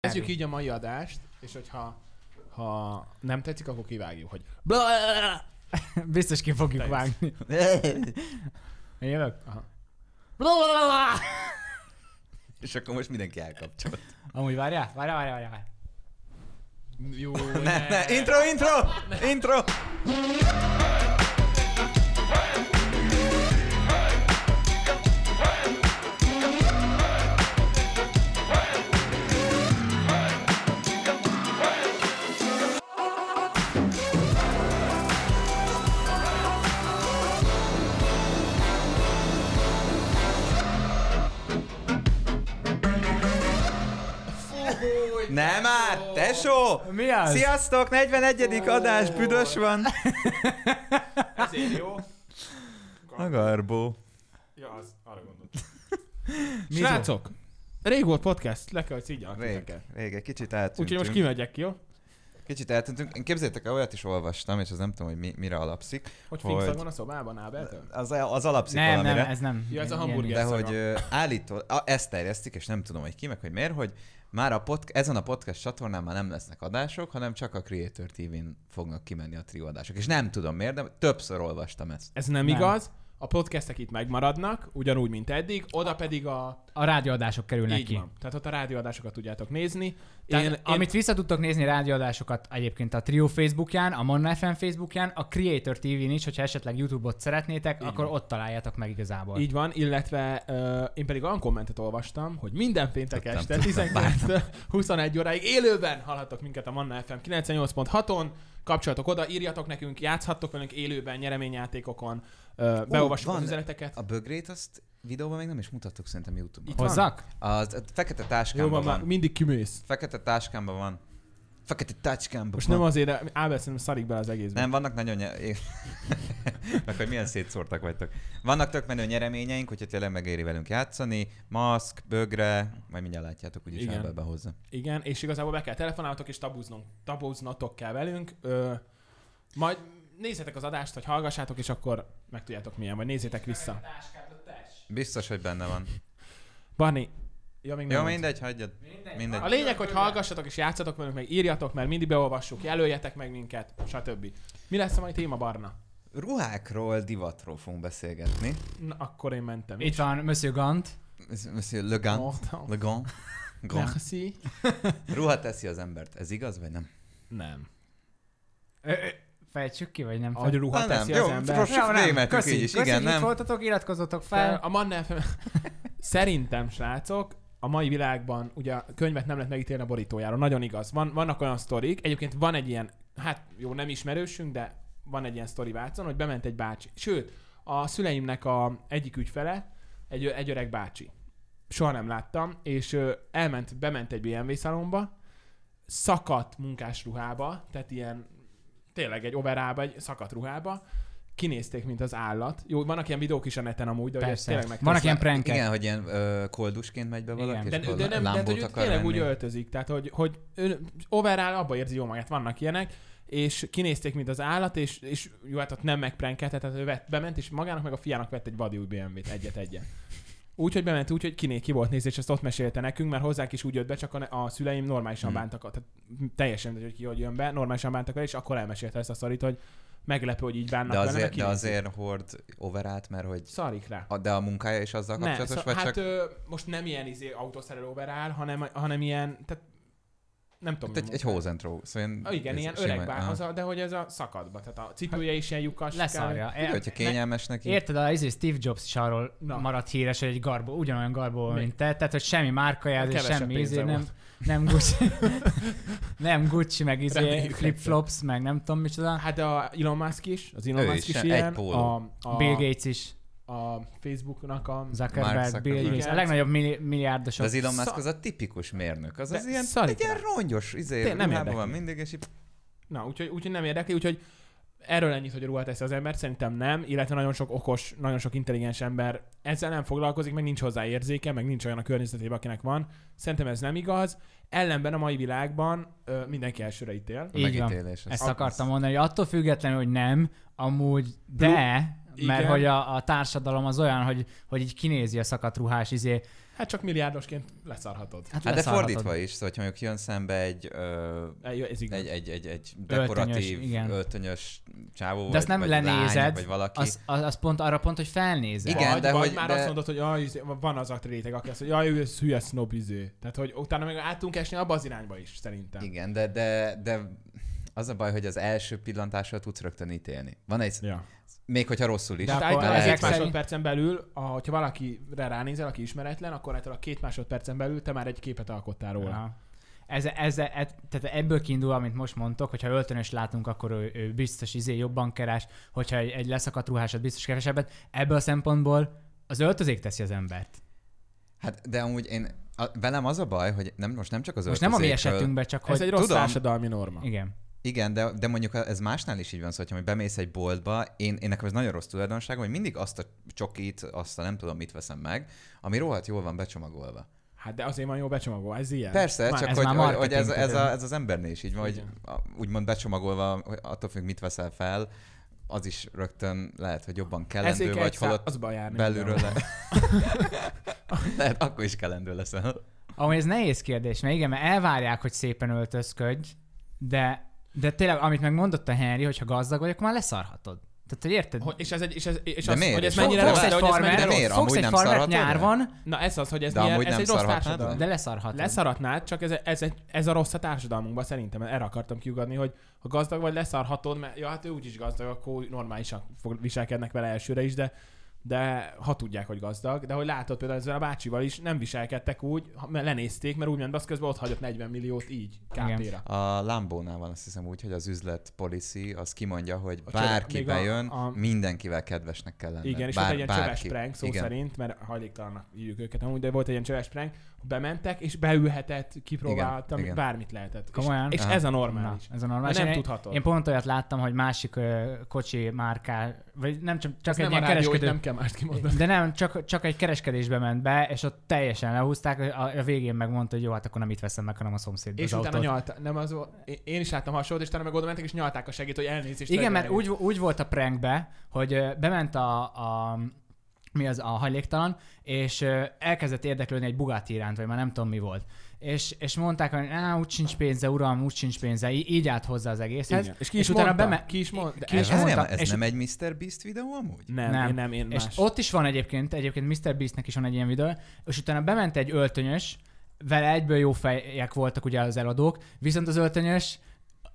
Kezdjük így a mai adást, és hogyha ha nem tetszik, akkor kivágjuk, hogy Biztos ki fogjuk Thanks. vágni. Én jövök? Aha. És akkor most mindenki elkapcsol. Amúgy várjál, várjál, várjál, várjál. jó, Ne, ne, intro, intro, intro! Nem már, tesó! Mi az? Sziasztok, 41. adás, büdös van. Ezért jó. A garbó. Ja, az arra gondolt. Mi Srácok, rég volt podcast, le kell, hogy így Rég, alakítek rég, egy kicsit eltűntünk. Úgyhogy most kimegyek ki, jó? Kicsit eltűntünk. Én képzeljétek el, olyat is olvastam, és az nem tudom, hogy mi, mire alapszik. Hogy Hogy? finkszag van a szobában, Ábeltől? Az, az alapszik Nem, valamire. nem, ez nem. Ja, ez a Ilyen- hamburger. De Szaga. hogy ö, állítól, a, ezt terjesztik, és nem tudom, hogy ki, meg hogy miért, hogy már a pod, ezen a podcast csatornán már nem lesznek adások, hanem csak a Creator TV-n fognak kimenni a trió adások. És nem tudom miért, de többször olvastam ezt. Ez nem, Nem. igaz. A podcastek itt megmaradnak, ugyanúgy, mint eddig, oda pedig a... A rádióadások kerülnek Így ki. van. Tehát ott a rádióadásokat tudjátok nézni. Tehát, én, amit vissza tudtok nézni rádióadásokat egyébként a Trio Facebookján, a Monna FM Facebookján, a Creator TV-n is, hogyha esetleg YouTube-ot szeretnétek, Így akkor van. ott találjátok meg igazából. Így van, illetve uh, én pedig olyan kommentet olvastam, hogy minden péntek Tudtam, este tudtam, 19-21 óráig élőben hallhattok minket a Manna FM 98.6-on, kapcsolatok oda, írjatok nekünk, játszhattok velünk élőben, nyereményjátékokon, uh, beolvassuk az van- üzeneteket. A bögrét azt videóban még nem is mutattuk szerintem YouTube-on. Itt Hozzak? Az a fekete Jó, táskámban van, van. már mindig kimősz. Fekete táskámban van. Fekete táskámban Most van. nem azért, Ábel szerintem szarik bele az egészbe. Nem, vannak nagyon... Nye... é- Meg hogy milyen szétszórtak vagytok. Vannak tök menő nyereményeink, hogyha tényleg megéri velünk játszani. Maszk, bögre, majd mindjárt látjátok, úgyis Igen. Ábel behozza. Igen, és igazából be kell telefonáltok és tabuznunk, tabuznatok kell velünk. Ö, majd nézzetek az adást, vagy hallgassátok, és akkor megtudjátok milyen, vagy nézzétek vissza. Biztos, hogy benne van. Barni, ja, még nem Jó, mondtam. mindegy, hagyjad. Mindegy. A lényeg, hogy hallgassatok és játszatok velünk, meg írjatok, mert mindig beolvassuk, jelöljetek meg minket, stb. Mi lesz a mai téma, Barna? Ruhákról, divatról fogunk beszélgetni. Na, akkor én mentem. Itt van Monsieur Gant. Ez- Monsieur Le Gant. Mondtam. Le Gant. Gant. Merci. Ruha teszi az embert. Ez igaz, vagy nem? Nem. Ö, ö, Fejtsük ki, vagy nem? Ahogy fejtsük? ruha Na, teszi nem. az Jó, ember. rossz. Nem, nem. Németük Köszi, így is, köszi, igen, hogy itt nem? voltatok, iratkozzatok fel. Fel. A Manna FM... Szerintem, srácok, a mai világban ugye a könyvet nem lehet megítélni a borítójáról. Nagyon igaz. Van, vannak olyan sztorik, egyébként van egy ilyen, hát jó, nem ismerősünk, de van egy ilyen sztori Vácon, hogy bement egy bácsi. Sőt, a szüleimnek a egyik ügyfele, egy, ö- egy öreg bácsi. Soha nem láttam, és ö, elment, bement egy BMW szalomba, szakadt munkás ruhába, tehát ilyen tényleg egy overába, egy szakadt ruhába, kinézték, mint az állat. Jó, vannak ilyen videók is a neten amúgy, de hogy ezt Persze. tényleg meg Vannak ilyen prankek. Igen, hogy ilyen ö, koldusként megy be valaki, Igen. és de, akkor de nem, de lámbót hogy ő akar tényleg úgy venni. öltözik, tehát hogy, hogy ő overall abba érzi jó magát, vannak ilyenek, és kinézték, mint az állat, és, és jó, hát ott nem megprenkelte, tehát ő vett, bement, és magának meg a fiának vett egy vadi új BMW-t, egyet-egyet. Úgyhogy bement úgy, hogy kiné ki volt nézés, és ezt ott mesélte nekünk, mert hozzánk is úgy jött be, csak a, ne- a szüleim normálisan Hmm. bántak, tehát teljesen mindegy, hogy ki hogy jön be, normálisan bántak vele, és akkor elmesélte ezt a szorít, hogy meglepő, hogy így bánnak De vele, azért, mert de kinézik. azért hord overát, mert hogy... Szarik rá. A, de a munkája is azzal kapcsolatos, szó- vagy hát csak... ö, most nem ilyen izé autószerelő overall, hanem, hanem ilyen, tehát nem tudom. Hát egy, mi egy mondták. hózentró. Szóval Ah, igen, ilyen öreg bárhaza, de hogy ez a szakadba, tehát a cipője is ilyen lyukas. Leszarja. Jó, hogyha kényelmes neki. Érted, a izé Steve Jobs is arról Na. Na. maradt híres, hogy egy garbó, ugyanolyan garbó, Mi? mint te, tehát hogy semmi márkajelzés, Kevesebb semmi pénze izé, nem, volt. nem Gucci, nem Gucci, meg izé Reméljük flip-flops, meg nem tudom micsoda. Hát de a Elon Musk is, az Elon Ő Musk is, is, egy ilyen. póló. A, a, Bill Gates is, a Facebooknak a... Mark Zuckerberg, Zuckerberg. Bill Gates, Igen. a legnagyobb milli- De milliárdosok. az Elon Musk szar- az a tipikus mérnök. Az De az ilyen, szarik egy ilyen rá. rongyos izé, Tényleg nem ruhában van érdekli. mindig, és így Na, úgyhogy, úgyhogy nem érdekli, úgyhogy erről ennyit, hogy ruha teszi az ember, szerintem nem, illetve nagyon sok okos, nagyon sok intelligens ember ezzel nem foglalkozik, meg nincs hozzá érzéke, meg nincs olyan a környezetében, akinek van. Szerintem ez nem igaz. Ellenben a mai világban ö, mindenki elsőre ítél. Így van. megítélés. Hát az- Ezt az- akartam mondani, hogy attól függetlenül, hogy nem, amúgy de, Blu- mert Igen. hogy a, a társadalom az olyan, hogy, hogy így kinézi a szakadt ruhás izé Hát csak milliárdosként leszarhatod. Hát, Hát de leszarhatod. fordítva is, szóval, hogyha mondjuk jön szembe egy, ö, Egy- E, Ez igaz. egy, egy, egy, egy dekoratív, igen. öltönyös, öltönyös csávó, De vagy, azt nem vagy lenézed, lány, vagy valaki. Az, az, az, pont arra pont, hogy felnézel. Igen, vagy, de vagy hogy- már de- azt mondod, hogy jaj, izé, van az a réteg, aki azt mondja, jaj, ő ez hülye snob izé. Tehát, hogy utána meg át tudunk esni abba az irányba is, szerintem. Igen, de, de, de az a baj, hogy az első pillantásra tudsz rögtön ítélni. Van egy, Ja. még hogyha rosszul is. De hát akkor általában az lehet. egy másodpercen belül, a- hogyha valakire ránézel, aki ismeretlen, akkor által a két másodpercen belül te már egy képet alkottál róla. Aha. Ez, ez, ez, tehát ebből kiindul, amit most mondtok, hogyha öltönös látunk, akkor ő, ő biztos izé jobban keres, hogyha egy, egy leszakadt ruhásod biztos kevesebbet. Ebből a szempontból az öltözék teszi az embert. Hát, de amúgy én, a, velem az a baj, hogy nem, most nem csak az Most nem a mi öltözékről- esetünkben, csak Ez hogy... egy rossz tudom. társadalmi norma. Igen. Igen, de, de mondjuk ez másnál is így van, szóval, hogy bemész egy boltba, én, én nekem ez nagyon rossz tulajdonságom, hogy mindig azt a csokit, azt a nem tudom mit veszem meg, ami rohadt jól van becsomagolva. Hát de azért van jó becsomagol, ez ilyen. Persze, Már csak ez hogy, már hogy, hogy ez, marketing, ez, tudom. a, ez az embernél is így van, hogy Igen. a- úgymond becsomagolva, hogy attól függ, mit veszel fel, az is rögtön lehet, hogy jobban kellendő Ezért kell vagy, egy szá- holott azba járni. belülről le... lehet, akkor is kellendő leszel. Amúgy ez nehéz kérdés, mert igen, mert elvárják, hogy szépen öltözködj, de, de tényleg, amit megmondott a Henry, hogyha gazdag vagy, akkor már leszarhatod. Tehát, hogy érted? Hogy, és ez egy, és ez, és De az, miért? hogy ez És mennyire fogsz rossz, egy de hogy ez mennyire farmert? rossz. miért? farmert, fogsz Amúgy egy nem farmert szarhatod el? nyárban, Na ez az, hogy ez, De milyen, amúgy ez nem egy rossz szarhatnád társadalom. le? de leszarhatod. Leszaratnád, csak ez, ez, egy, ez a rossz a társadalmunkban szerintem. Erre akartam kiugadni, hogy ha gazdag vagy, leszarhatod, mert ja, hát ő úgyis gazdag, akkor normálisan fog, viselkednek vele elsőre is, de de ha tudják, hogy gazdag, de hogy látod például ezzel a bácsival is, nem viselkedtek úgy, ha- mert lenézték, mert úgy ment be, az közben ott hagyott 40 milliót így, Igen. kápéra. A Lambónál van azt hiszem úgy, hogy az üzlet policy az kimondja, hogy A csöve- bárki még a- bejön, a- mindenkivel kedvesnek kell lenni. Igen, és Bár, volt egy ilyen csöves bárki. prank szó Igen. szerint, mert hajléktalanak hívjuk őket amúgy, de volt egy ilyen csöves prank, hogy bementek, és beülhetett, kipróbáltam, Igen, igen. bármit lehetett. És, Komolyan? és Aha. ez a Na, normális. ez a normális. Nem Én- tudhatod. Én pont olyat láttam, hogy másik ö, kocsi márká, vagy nem csak, Ez csak egy nem a ilyen rádió, hogy kereskedő. nem kell mást kimondani. De nem, csak, csak egy kereskedésbe ment be, és ott teljesen lehúzták, a, a végén megmondta, hogy jó, hát akkor nem itt veszem meg, hanem a szomszédba És az utána autót. nyalta, nem az volt, én- én is láttam hasonlót, és utána meg oda mentek, és nyalták a segít, hogy elnézést. Igen, legyen mert elég. úgy, úgy volt a prankbe, hogy ö, bement a, a mi az a hajléktalan, és ö, elkezdett érdeklődni egy Bugatti iránt, vagy már nem tudom mi volt. És, és mondták, hogy á, úgy sincs pénze, uram, úgy sincs pénze, í- így állt hozzá az Hát, egészhez. Igen. És ki is mondta? Ki is mond- de ki ez- is Ez, Hát nem, mondta, ez és nem egy Mr. Beast videó amúgy? Nem, Nem. nem, én nem, én És más. ott is van egyébként, egyébként Mr. Beastnek is van egy ilyen videó, és utána bement egy öltönyös, vele egyből jó fejek voltak ugye az eladók, viszont az öltönyös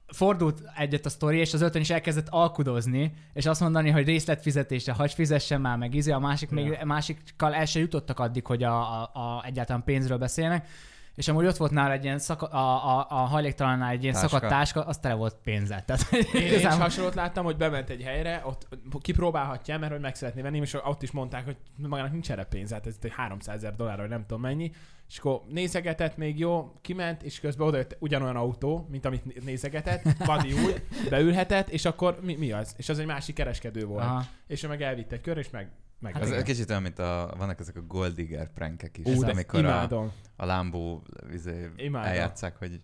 fordult egyet a sztori, és az öltönyös elkezdett alkudozni, és azt mondani, hogy részletfizetésre hagy fizessen már meg izé, a másik még, Ja. másikkal el se jutottak addig, hogy a, a, a egyáltalán pénzről beszélnek, és amúgy ott volt nála egy ilyen szaka, a, a, a hajléktalannál egy ilyen Táska. szakadt táska, az tele volt pénzzel. Tehát Én, én is igazából- hasonlót láttam, hogy bement egy helyre, ott kipróbálhatja, mert hogy meg szeretné venni, és ott is mondták, hogy magának nincs erre pénz, hát ez itt egy 300 ezer dollár, vagy nem tudom mennyi. És akkor nézegetett még jó, kiment, és közben odajött ugyanolyan autó, mint amit né- nézegetett, vadi új, beülhetett, és akkor mi, mi az? És az egy másik kereskedő volt. Aha. Aha. És ő meg elvitt egy kör, és meg, meg Ez kicsit olyan, mint a, vannak ezek a Goldiger prankek is, Ú, de amikor a, imádom. a lámbó izé, Imádom. eljátszák, hogy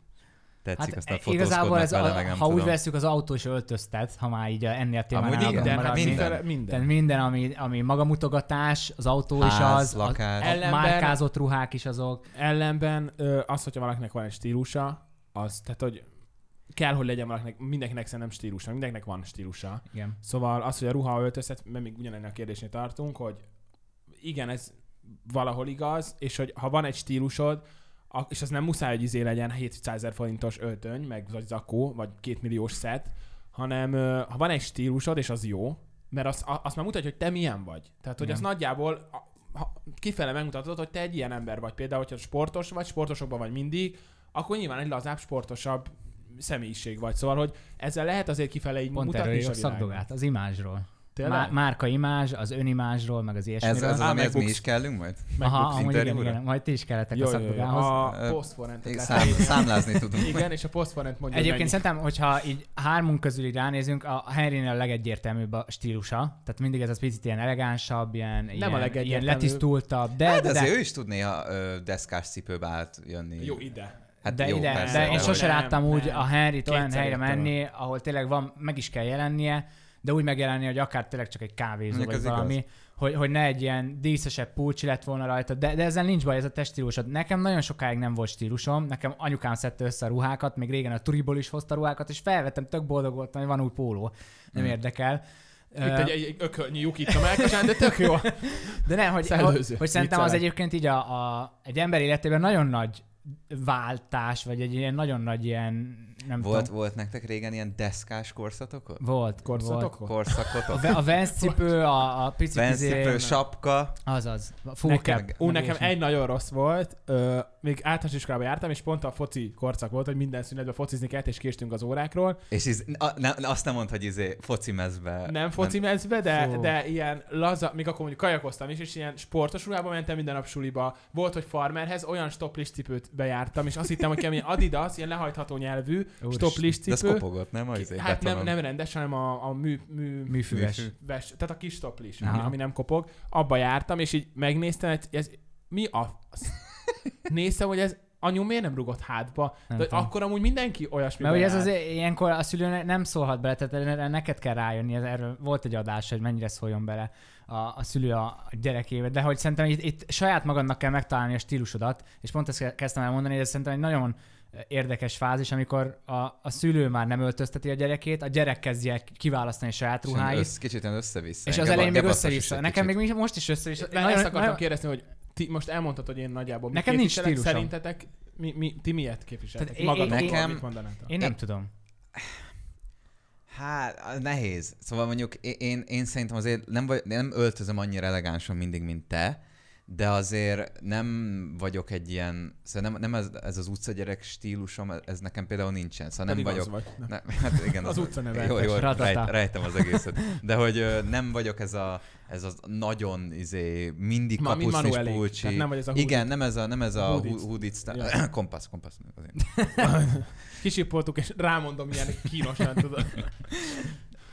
tetszik, hát, aztán e- igazából ez, vele, a, meg nem ha tudom. úgy veszük, az autós öltöztet, ha már így e, ennél a témánál Amúgy akarunk igen, Minden, hát maradni. minden. minden. Tehát minden. minden, ami, ami magamutogatás, az autó is Ház, az, a, lakás. a Ellenben- márkázott ruhák is azok. Ellenben ö, az, hogyha valakinek van egy stílusa, az, tehát hogy kell, hogy legyen valakinek, mindenkinek szerintem stílusa, mindenkinek van stílusa. Igen. Szóval az, hogy a ruha öltöztet, mert még ugyanennek a kérdésnél tartunk, hogy igen, ez valahol igaz, és hogy ha van egy stílusod, a- és az nem muszáj, hogy izé legyen 700 ezer forintos öltöny, meg vagy zakó, vagy kétmilliós szett, hanem ö, ha van egy stílusod, és az jó, mert azt, a- azt már mutatja, hogy te milyen vagy. Tehát, hogy Igen. az nagyjából a- ha kifele megmutatod, hogy te egy ilyen ember vagy. Például, hogyha sportos vagy, sportosokban vagy mindig, akkor nyilván egy lazább, sportosabb személyiség vagy. Szóval, hogy ezzel lehet azért kifele így Pont mutatni erről is a írok világban. szakdogát, az imázsról. Tényleg? Má- márka imázs, az önimázsról, meg az ilyesmiről. ez, ez az, Á, amihez mi megbuksz. is kellünk majd? Aha, amúgy igen, interjúra? igen, majd ti is kellettek a Jó, jó, jó. szakdogához. A Ö, posztforentet Szám, lehet írni. számlázni tudunk. Igen, és a posztforent mondja, Egyébként hogy szerintem, hogyha így hármunk közül így ránézünk, a Henrynél a legegyértelműbb a stílusa. Tehát mindig ez az picit ilyen elegánsabb, ilyen, ilyen, ilyen legegyértelműbb. letisztultabb. De, Hát de, azért ő is tud néha ö, deszkás cipőbe állt jönni. mennyi. Jó, ide. hát de jó, ide, persze, de én ahogy- sose Nem, láttam úgy nem. a Henryt olyan Kétszer helyre értelem. menni, ahol tényleg van, meg is kell jelennie, de úgy megjelenni, hogy akár tényleg csak egy kávézó Mondjuk vagy ez igaz. valami, hogy, hogy ne egy ilyen díszesebb pulcsi lett volna rajta, de, de ezzel nincs baj, ez a te stílusod. Nekem nagyon sokáig nem volt stílusom, nekem anyukám szedte össze a ruhákat, még régen a turiból is hozta ruhákat, és felvettem, tök boldog voltam, hogy van új póló, nem Hmm. érdekel. Itt egy, egy, egy ökölnyi lyuk itt a melkasán, de tök jó. De ne, hogy, Szellőző. hogy, hogy szerintem az Viccelek. egyébként így a, a, egy ember életében nagyon nagy váltás, vagy egy ilyen nagyon nagy ilyen, nem Volt, tudom. volt nektek régen ilyen deszkás korszatokon? Volt. Volt. Korszatokon? A, Korszakotok? ve- a Vans cipő, a, a picit Vencipő, izé, sapka. azaz, a full Nekem, cap. ú, nekem Meg egy nagyon rossz volt, ö, még általános iskolába jártam, és pont a foci korszak volt, hogy minden szünetben focizni kellett, és késtünk az órákról. És iz, a, ne, azt nem mondd, hogy izé foci mezbe. Nem foci mezbe, de, Fú. de ilyen laza, még akkor mondjuk kajakoztam is, és ilyen sportos ruhába mentem minden nap suliba. Volt, hogy farmerhez olyan stoplis cipőt bejártam, és azt hittem, hogy kemény Adidas, ilyen lehajtható nyelvű, Úristen, stoplis De ez cipő. kopogott, nem? Az izé, Hát nem, betonon. nem rendes, hanem a, a mű, mű, Műfüves. Műfű. ves, tehát a kis stoplis, Aha. ami, ami nem kopog, abba jártam, és így megnéztem, hogy ez mi a... az- Néztem, hogy ez anyu miért nem rugott hátba, Nem de tudom. akkor amúgy mindenki olyasmi. Mert ugye ez az ilyenkor a szülő nem szólhat bele, tehát erre neked kell rájönni, ez- erről volt egy adás, hogy mennyire szóljon bele a, a szülő a a gyerekébe, de hogy szerintem itt, itt saját magadnak kell megtalálni a stílusodat, és pont ezt kezdtem el mondani, hogy ez szerintem egy nagyon érdekes fázis, amikor a, a szülő már nem öltözteti a gyerekét, a gyerek kezdje el kiválasztani a saját És ilyen ruháit, össz- Kicsit ilyen össze-vissza. és az Geba- elején még gebaszos is össze-vissza. egy Nekem kicsit. még mi- most is össze-vissza. Nagyon, ezt akartam kérdezni, hogy ti most elmondtad, hogy én nagyjából mit Nekem nincs képviselek, stílusom. Szerintetek mi, mi, ti miért képviseltek? Tehát én- Magatok, én- nekem... Nekem- mit mondanátok? Én nem Én- tudom. Hát, á, nehéz. Szóval mondjuk én, én, én szerintem azért nem, vagy, nem öltözöm annyira elegánsan mindig, mint te, de azért nem vagyok egy ilyen, szóval nem, nem ez, ez az utcagyerek stílusom, ez- ez nekem például nincsen, szóval nem Pedig az vagyok. Vagy. Nem. Ne, hát igen, Az utca neve. Jó, jó, Ratata. rejt, rejtem az egészet. De hogy ö, nem vagyok ez a, ez az nagyon izé, mindig Ma, mint kapusznis Manuelék. Tehát pulcsi. nem vagy ez a húdit. Igen, nem ez a, nem ez a Hoodies. hu- hoodies, Ja. yeah. kompasz, kompasz. Azért. Kisipoltuk, és rámondom ilyen kínosan, tudod.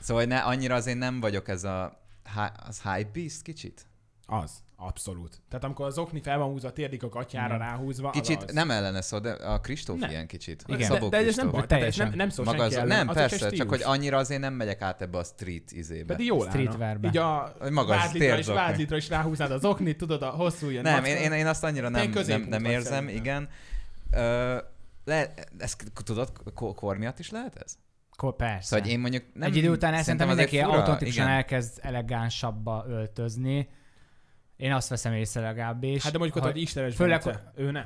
Szóval ne, annyira azért nem vagyok ez a, há- az hype beast kicsit? Az, abszolút. Tehát amikor az okni fel van húzva, térdik a gatyára Mm. ráhúzva, Kicsit az az. nem ellene szó, de a Kristóf Nem. ilyen kicsit. Igen. Szabó De, de ez nem Kristóf. baj, tehát ez Teljesen. nem, nem szó Maga senki az, ellen. nem, az persze, egy csak, stílus. hogy annyira azért nem megyek át ebbe a street izébe. Pedig jól állna. Streetwearbe. Így a Hogy maga az vádlitra is, térdzokni. vádlitra is ráhúznád az oknit, tudod, a hosszú ilyen nem, macska. én, én, én azt annyira Te nem, nem, középpont nem vagy érzem, szerintem. igen. Ö, le, ezt k- tudod, ko- kor miatt is lehet ez? Ko- Persze. Szóval, hogy én mondjuk nem... Nem, egy idő után el szerintem azért mindenki fura, automatikusan igen. elkezd elegánsabba öltözni. Én azt veszem észre legalábbis. Hát de mondjuk ott hogy egy istenes főleg, főleg, ő nem.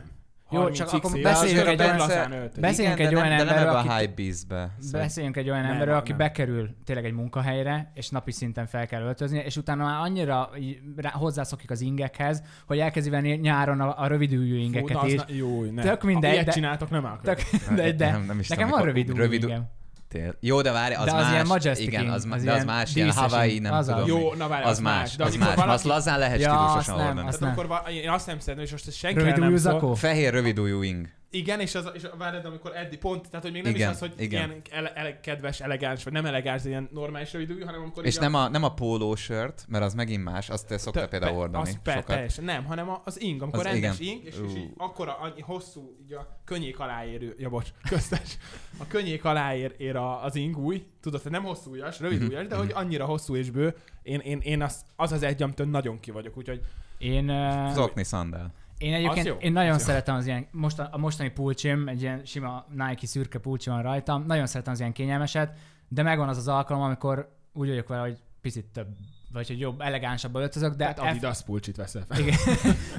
Jó, 30 csak akkor éves, beszéljünk tök egy olyan- lazán öltözik. Beszél- beszéljünk Igen, egy de olyan nem, de nem emberről, ebbe a akit- hype beastbe. Szóval, Beszéljünk egy olyan Nem, emberről, nem. aki bekerül tényleg egy munkahelyre, és napi szinten fel kell öltöznie, és utána már annyira így rá- hozzászokik az ingekhez, hogy elkezdi venni nyáron a, a rövidüljű Fú, ingeket na, az is. ne- Jó, ne. Tök mindegy, Ilyet de- csináltok, nem állok. Tök, de, de nem, nem is nekem tudom, van mikor- rövid rövid- ingem. Tél. Jó, de várj, az, De az más. ilyen majestic igen, ing, az, ma- az de az ilyen más, ilyen díszes ing. Hawaii, nem Az az. tudom. mi. Jó, na várj, az, más, De az amikor más. valaki- Azt lazán lehet Ja, azt stílusosan nem, hordani. azt- Tehát akkor val- én azt nem szeretném, és most ezt senki el Rövidüljű nem szól. zakó? Fehér rövidújú ing. Igen, és, az, és várjad, amikor Eddi pont, tehát hogy még nem Igen, is az, hogy igen. ilyen ele, ele, kedves, elegáns, vagy nem elegáns, de ilyen normális rövidű, hanem amikor És így nem a, nem a pólósört, mert az megint más, azt te szoktál Te- például pe- hordani Az per, sokat. teljesen, nem, hanem a- az ing, amikor az Az rendes igen. ing, és, és így Ú. akkora annyi, hosszú, így a könnyék aláérő, ja bocs, köztes, a könnyék aláér ér a, az ing új, tudod, hogy nem hosszú ujjas, rövid Mhm, ujjas, de mhm. hogy annyira hosszú és bő, én, én, én az, az az egy, amitől nagyon ki vagyok, úgyhogy Én, ö, Zokni szandál. Én Az jó. egyébként én nagyon Az jó. szeretem az ilyen, most a, a mostani pulcsim, egy ilyen sima Nike szürke pulcsi van rajtam, nagyon szeretem az ilyen kényelmeset, de megvan az az alkalom, amikor úgy vagyok vele, hogy picit több, vagy hogy jobb, elegánsabban öltözök, de, de tehát eff- Hát Adidas pulcsit veszel fel. igen,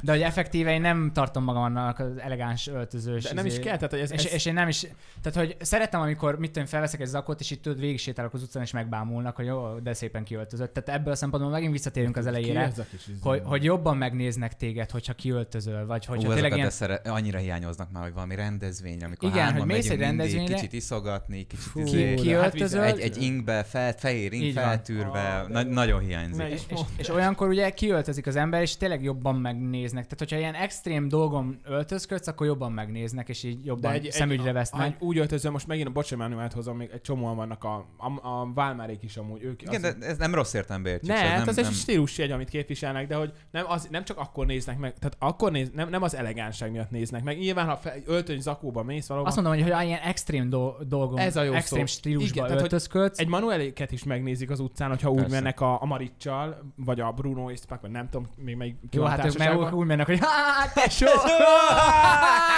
de hogy effektíve én nem tartom magam annak az elegáns öltözős. De nem is izé- kell, tehát hogy ez, és, ez és, én nem is, tehát hogy szeretem, amikor mit tudom, felveszek egy zakot, és itt tudod, végig sétálok az utcán, és megbámulnak, hogy jó, de szépen kiöltözött. Tehát ebből a szempontból megint visszatérünk az ki elejére, ez a kis izé? hogy, hogy jobban megnéznek téged, hogyha kiöltözöl, vagy Hogy hogyha Ú, tényleg ezeket ilyen ilyen... szere... annyira hiányoznak már, hogy valami rendezvény, amikor Igen, hárman hogy mész megyünk egy mindig, rendezvényre. kicsit iszogatni, kicsit Fú, izé, de ki hát öltözöl? vizel- egy, egy ingbe, fel, fehér ing Így van. feltűrve, Ah, de na- jó. nagyon hiányzik. Meg- És, és, mondd. és olyankor ugye kiöltözik az ember, és tényleg jobban megnéznek. Tehát, hogyha ilyen extrém dolgon öltözködsz, akkor jobban megnéznek, és így jobban egy, szemügyre vesznek. Egy, úgy öltözöm, most megint a bocsámánuát hozom, még egy csomóan vannak a, a, a válmárék is amúgy. Ők Igen, az- de ez nem rossz értelembe értjük. Ne, szóval hát nem, az nem- egy stílusjegy, amit képviselnek, de hogy nem, az, nem csak akkor néznek meg, tehát akkor néz, nem, nem az elegánság miatt néznek meg. Nyilván, ha fe, öltöny zakóba mész valahova, Azt mondom, hogy ha ilyen extrém do- dolgon, Ez a jó extrém szó. stílusba Igen, Igen, tehát, hogy öltözködsz, egy manueliket is megnézik az utcán, hogyha úgy Persze. mennek a, a Maricsal, vagy a Bruno Iszpak, vagy nem tudom még melyik jó, hát ők meg úgy- társaságban. úgy mennek, hogy hát tesó!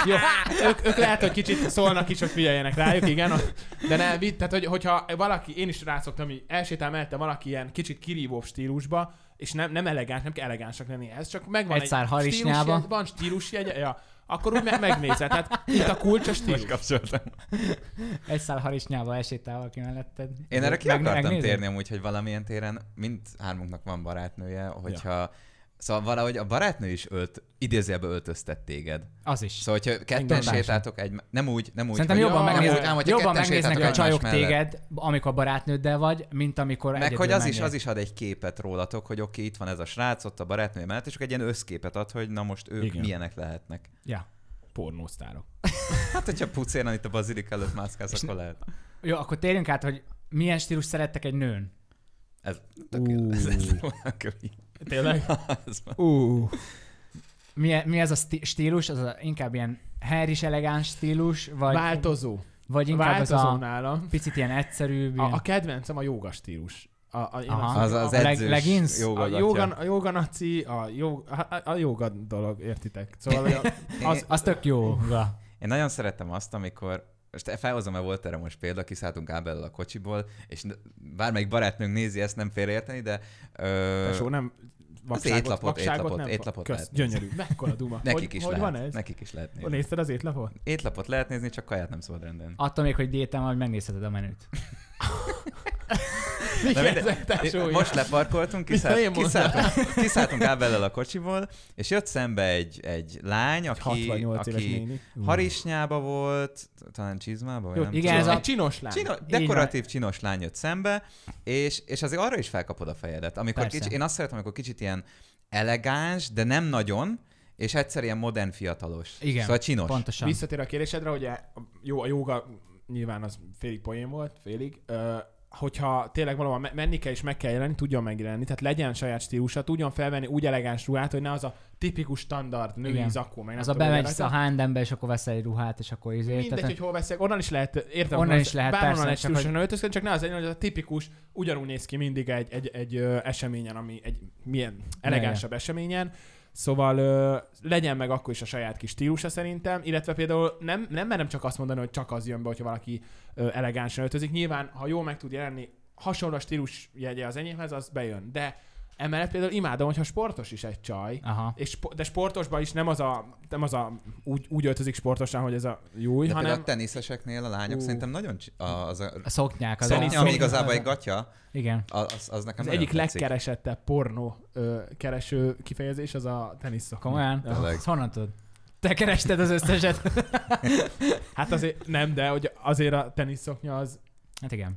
Jó, ők, ők lehet, hogy kicsit szólnak is, hogy figyeljenek rájuk, igen. De ne, vidd, tehát hogy, hogyha valaki, én is rászoktam, hogy elsétál mellette valaki ilyen kicsit kirívóbb stílusba, és nem, nem elegáns, nem kell elegánsak lenni ehhez, csak megvan Egy szár harisnyába. stílusjegy- van stílusjegy, ja, akkor úgy meg, megnézed. Tehát itt a kulcs a stílus. Most kapcsoltam. Egy szál harisnyával esétál valaki melletted. Én erre ki Meg- akartam megnézed? térni amúgy, hogy valamilyen téren mind hármunknak van barátnője, hogyha... Szóval valahogy a barátnő is ölt, idézőjelbe öltöztet téged. Az is. Szóval, hogyha ketten Normálisan. sétáltok egy, nem úgy, nem úgy. Szerintem hogy- jobban, Ja, megnéznek, amúgy, ám, hogyha jobban ketten megnéznek sétáltok a csajok egymás mellett. téged, amikor barátnőddel vagy, mint amikor Meg egyedül hogy az is, mennél. az is ad egy képet rólatok, hogy oké, okay, itt van ez a srác, ott a barátnője mellett, és csak egy ilyen összképet ad, hogy na most ők Igen. Igen. milyenek lehetnek. Ja. Pornósztárok. Hát, hogyha pucéran itt a bazilik előtt mászkálsz, akkor lehet. Jó, akkor térjünk át, hogy milyen stílus szerettek egy nőn. Ez Ú. tökéletes. Ez olyan kövés. Tényleg? Ez van. Uh. Mi, mi ez a szti- stílus? Az a, inkább ilyen hairis elegáns stílus, vagy, Változó. vagy inkább az Változó a nálam. picit ilyen egyszerűbb? A, ilyen... a kedvencem a jóga stílus. A, a, én Aha. azt- Az az a- leg- edzős leggings? A jogogatja. joga, a joga naci, a, jog, a, a joga dolog, értitek? Szóval hogy a- az, Az tök jó. Én nagyon szerettem azt, amikor most felhozom, mert volt erre most példa, kiszálltunk Ábellel a kocsiból, és n- bármelyik barátnőnk nézi, ezt nem félreérteni, de ö, tesó, nem vakságot, étlapot, vakságot étlapot, nem, étlapot kösz, lehet gyönyörű. Mekkora duma. nekik, hogy, is hogy lehet, van ez? nekik is lehet nézni. Nézted az étlapot? Étlapot lehet nézni, csak kaját nem szabad rendelni. Attól még, hogy diétán vagy, megnézheted a menüt. Mi Na, mindegy. ezek, tesó? Most leparkoltunk, Mit én kiszállt, mondom? kiszálltunk, kiszálltunk Ábellel a kocsiból, és jött szembe egy, egy lány, Egy aki, 68 éves aki néni. harisnyába volt, talán csizmába, vagy Jó, nem igen, tudom. ez a- Egy csinos lány. Csino, Így van. dekoratív csinos lány jött szembe, és, és azért arra is felkapod a fejedet. Amikor Persze. kicsi, én azt szeretem, amikor kicsit ilyen elegáns, de nem nagyon, és egyszer ilyen modern fiatalos. Igen, Szóval csinos. Pontosan. Visszatér a kérdésedre, hogy e- a- jó, a joga nyilván az félig poén volt, félig. Ö, hogyha tényleg valahol me- menni kell és meg kell jelenni, tudjon megjelenni. Tehát legyen saját stílusa, tudjon felvenni úgy elegáns ruhát, hogy ne az a tipikus standard női Igen. Igen. zakó, meg nem Az a tudom, bemegysz ilyenek. a H&M-be, és akkor veszel egy ruhát, és akkor izé. Mindegy, tehát- hogy hol veszek, onnan is lehet, értem, Onnan hogy is lehet, bárhonnan persze, lehet csak stílusan öltözködni, csak ne az legyen, hogy az a tipikus, ugyanúgy néz ki mindig egy, egy, egy ö, eseményen, ami egy milyen elegánsabb eseményen, Szóval ö, legyen meg akkor is a saját kis stílusa szerintem, illetve például nem, nem merem csak azt mondani, hogy csak az jön be, hogyha valaki ö, elegánsan öltözik. Nyilván, ha jól meg tud jelenni, hasonló a stílus jegye az enyémhez, az bejön. De emellett például imádom, hogyha sportos is egy csaj, Aha. és, spo- de sportosban is nem az a, nem az a úgy, úgy öltözik sportosan, hogy ez a jó, De hanem... hanem a teniszeseknél a lányok Ú. uh. szerintem nagyon csi- a- az a, A szoknyák. Az Tenisz- Szerint, a... ami szoknya- igazából egy gatya, Igen. az, az nekem az nagyon egyik tetszik. legkeresettebb pornó ö, kereső kifejezés az a teniszszakma. Komolyan? Tényleg. Ezt honnan tudod? Te kerested az összeset? Hát azért nem, de hogy azért a teniszszoknya az... Hát igen.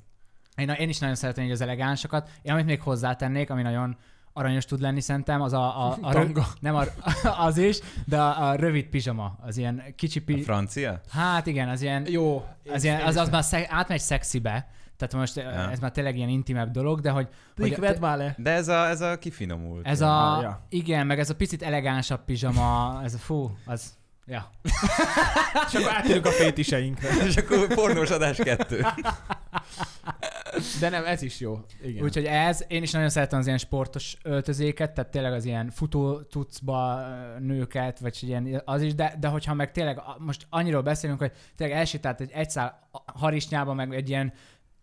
Én, én is nagyon szeretem így az elegánsokat. Én amit még hozzátennék, ami nagyon aranyos tud lenni szerintem, az a... a, a Tanga. nem a, az is, de a, a rövid pizsama. Az ilyen kicsi A pi... francia? Hát igen, az ilyen... Jó. Az, ilyen, az, az már szeg, átmegy szexibe. Tehát most ja. Ja. ez már tényleg ilyen intimebb dolog, de hogy... Dick hogy vedd már le. De ez a, ez a kifinomult. ez a... Ja. Igen, meg ez a picit elegánsabb pizsama, ez a fú, az... Ja. És akkor átérünk a fétiseinkre. És akkor pornós adás kettő. De nem, ez is jó. Igen. Úgyhogy ez, én is nagyon szeretem az ilyen sportos öltözéket, tehát tényleg az ilyen futó tucba nőket, vagy ilyen az is, de, de hogyha meg tényleg a- most annyiról beszélünk, hogy tényleg elsétált egy egyszál harisnyába, meg egy ilyen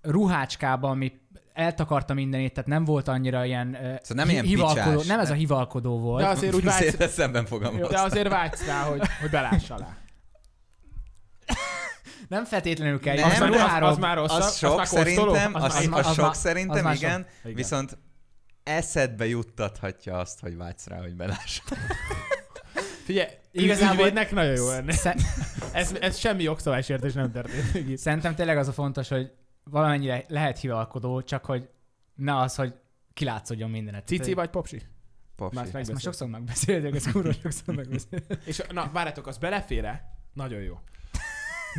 ruhácskába, ami eltakarta mindenét, tehát nem volt annyira ilyen, ö, Szóval nem hi- ilyen hivalkodó, picsás. nem ez a hivalkodó volt. de azért úgy vágysz, Szépen szemben fogalmaz. de azért vágysz rá, hogy, hogy beláss alá. nem feltétlenül kell. Nem, ilyen az, már, az, ruháról- az már rosszabb, Az sok már kóstoló, szerintem, az az, már- az, már- az sok már- az szerintem, már sok. igen, Igen. viszont eszedbe juttathatja azt, hogy vágysz rá, hogy beláss. Figyelj, Igazából- igazából ügyvédnek nagyon jó lenne. Sze- Ez, ez semmi jogszabálysértés nem történik itt. Szerintem tényleg az a fontos, hogy valamennyire lehet hivalkodó, csak hogy ne az, hogy kilátszódjon mindenet. Cici vagy popsi? Popsi. Már ezt Ezt már megbeszéltük. sokszor megbeszéltük, ezt kurva sokszor megbeszéltük. És na, várjátok, az belefére? Nagyon jó.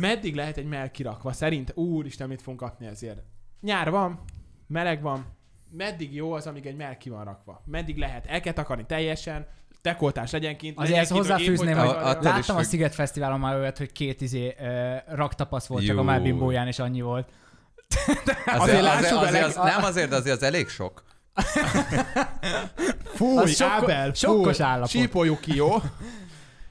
Meddig lehet egy mell kirakva? Szerint, úristen, mit fogunk kapni ezért? Nyár van, meleg van, meddig jó az, amíg egy mell ki van rakva? Meddig lehet? El kell takarni teljesen, tekoltás legyen kint. Azért ezt hozzáfűzném, hogy hogy a- Hát a- attól is láttam a függ. Sziget Fesztiválon már olyat, hogy két izé ö, raktapasz volt csak a Jó. melbimbóján, és annyi volt. Azért Azért, azért, lássuk azért, bele- az, nem azért, de azért az elég sok. Fúj, Az sokko- Ábel, sokkos fúj, állapot. Sípoljuk ki, jó?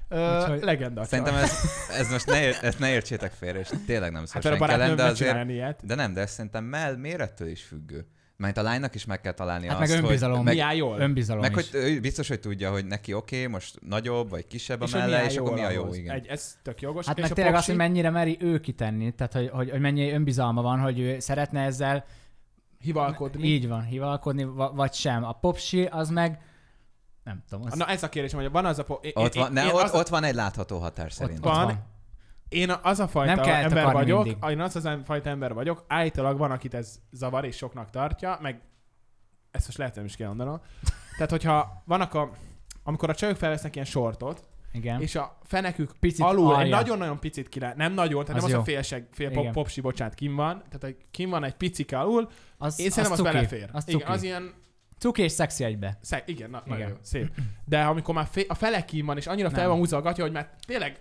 Ö, Úgyhogy- legenda. Hát, Szerintem ez, ez most ne, ér- ezt ne értsétek félre, és tényleg nem szó Hát erre hát ellen, barátnőm de ne azért, csinálni ilyet. de nem, de ez szerintem mell mérettől is függő. Mert a lánynak is meg kell találni Hát azt, meg önbizalom. hogy... Meg, Meg, mi áll jól? Önbizalom meg hogy is. ő biztos, hogy tudja, hogy neki oké, okay, most nagyobb vagy kisebb a hogy mi melle, áll és akkor mi a jól jó, ahhoz. igen. Egy, ez tök jogos. Hát És meg a tényleg az, popsi? hogy mennyire meri ő kitenni, tehát hogy, hogy, hogy mennyi önbizalma van, hogy ő szeretne ezzel Hivalkodni. Így van, hivalkodni, va- vagy sem. A popsi az meg, nem tudom, az Na ez a kérdésem, hogy van az a... Po- én- Ott én- van, ne, én ott, az- ott van egy látható határ ott, ott szerintem. van. van. én az a fajta Nem nem kell ember eltakarni vagyok, mindig. mindig. én az az em- fajta ember vagyok, állítólag van, akit ez zavar és soknak tartja, meg ezt most lehet, nem is kell mondanom. Tehát, hogyha vannak a, amikor a csajok felvesznek ilyen sortot, Igen. És és a fenekük Picit picit alul egy alja. nagyon-nagyon picit ki nem nagyon, tehát Az nem jó. az a félseg, fél Igen. pop, popsi, bocsánat, kim van, tehát egy- kim van egy picike alul, az, én szerintem az, cuki. belefér. Az igen, cuki. az ilyen cuki és szexi egybe. Szeg, igen, na, igen. Igen. Nagyon jó, szép. De amikor már fé, a fele kín van, és annyira fel Nem. van húzva a gatya, hogy már tényleg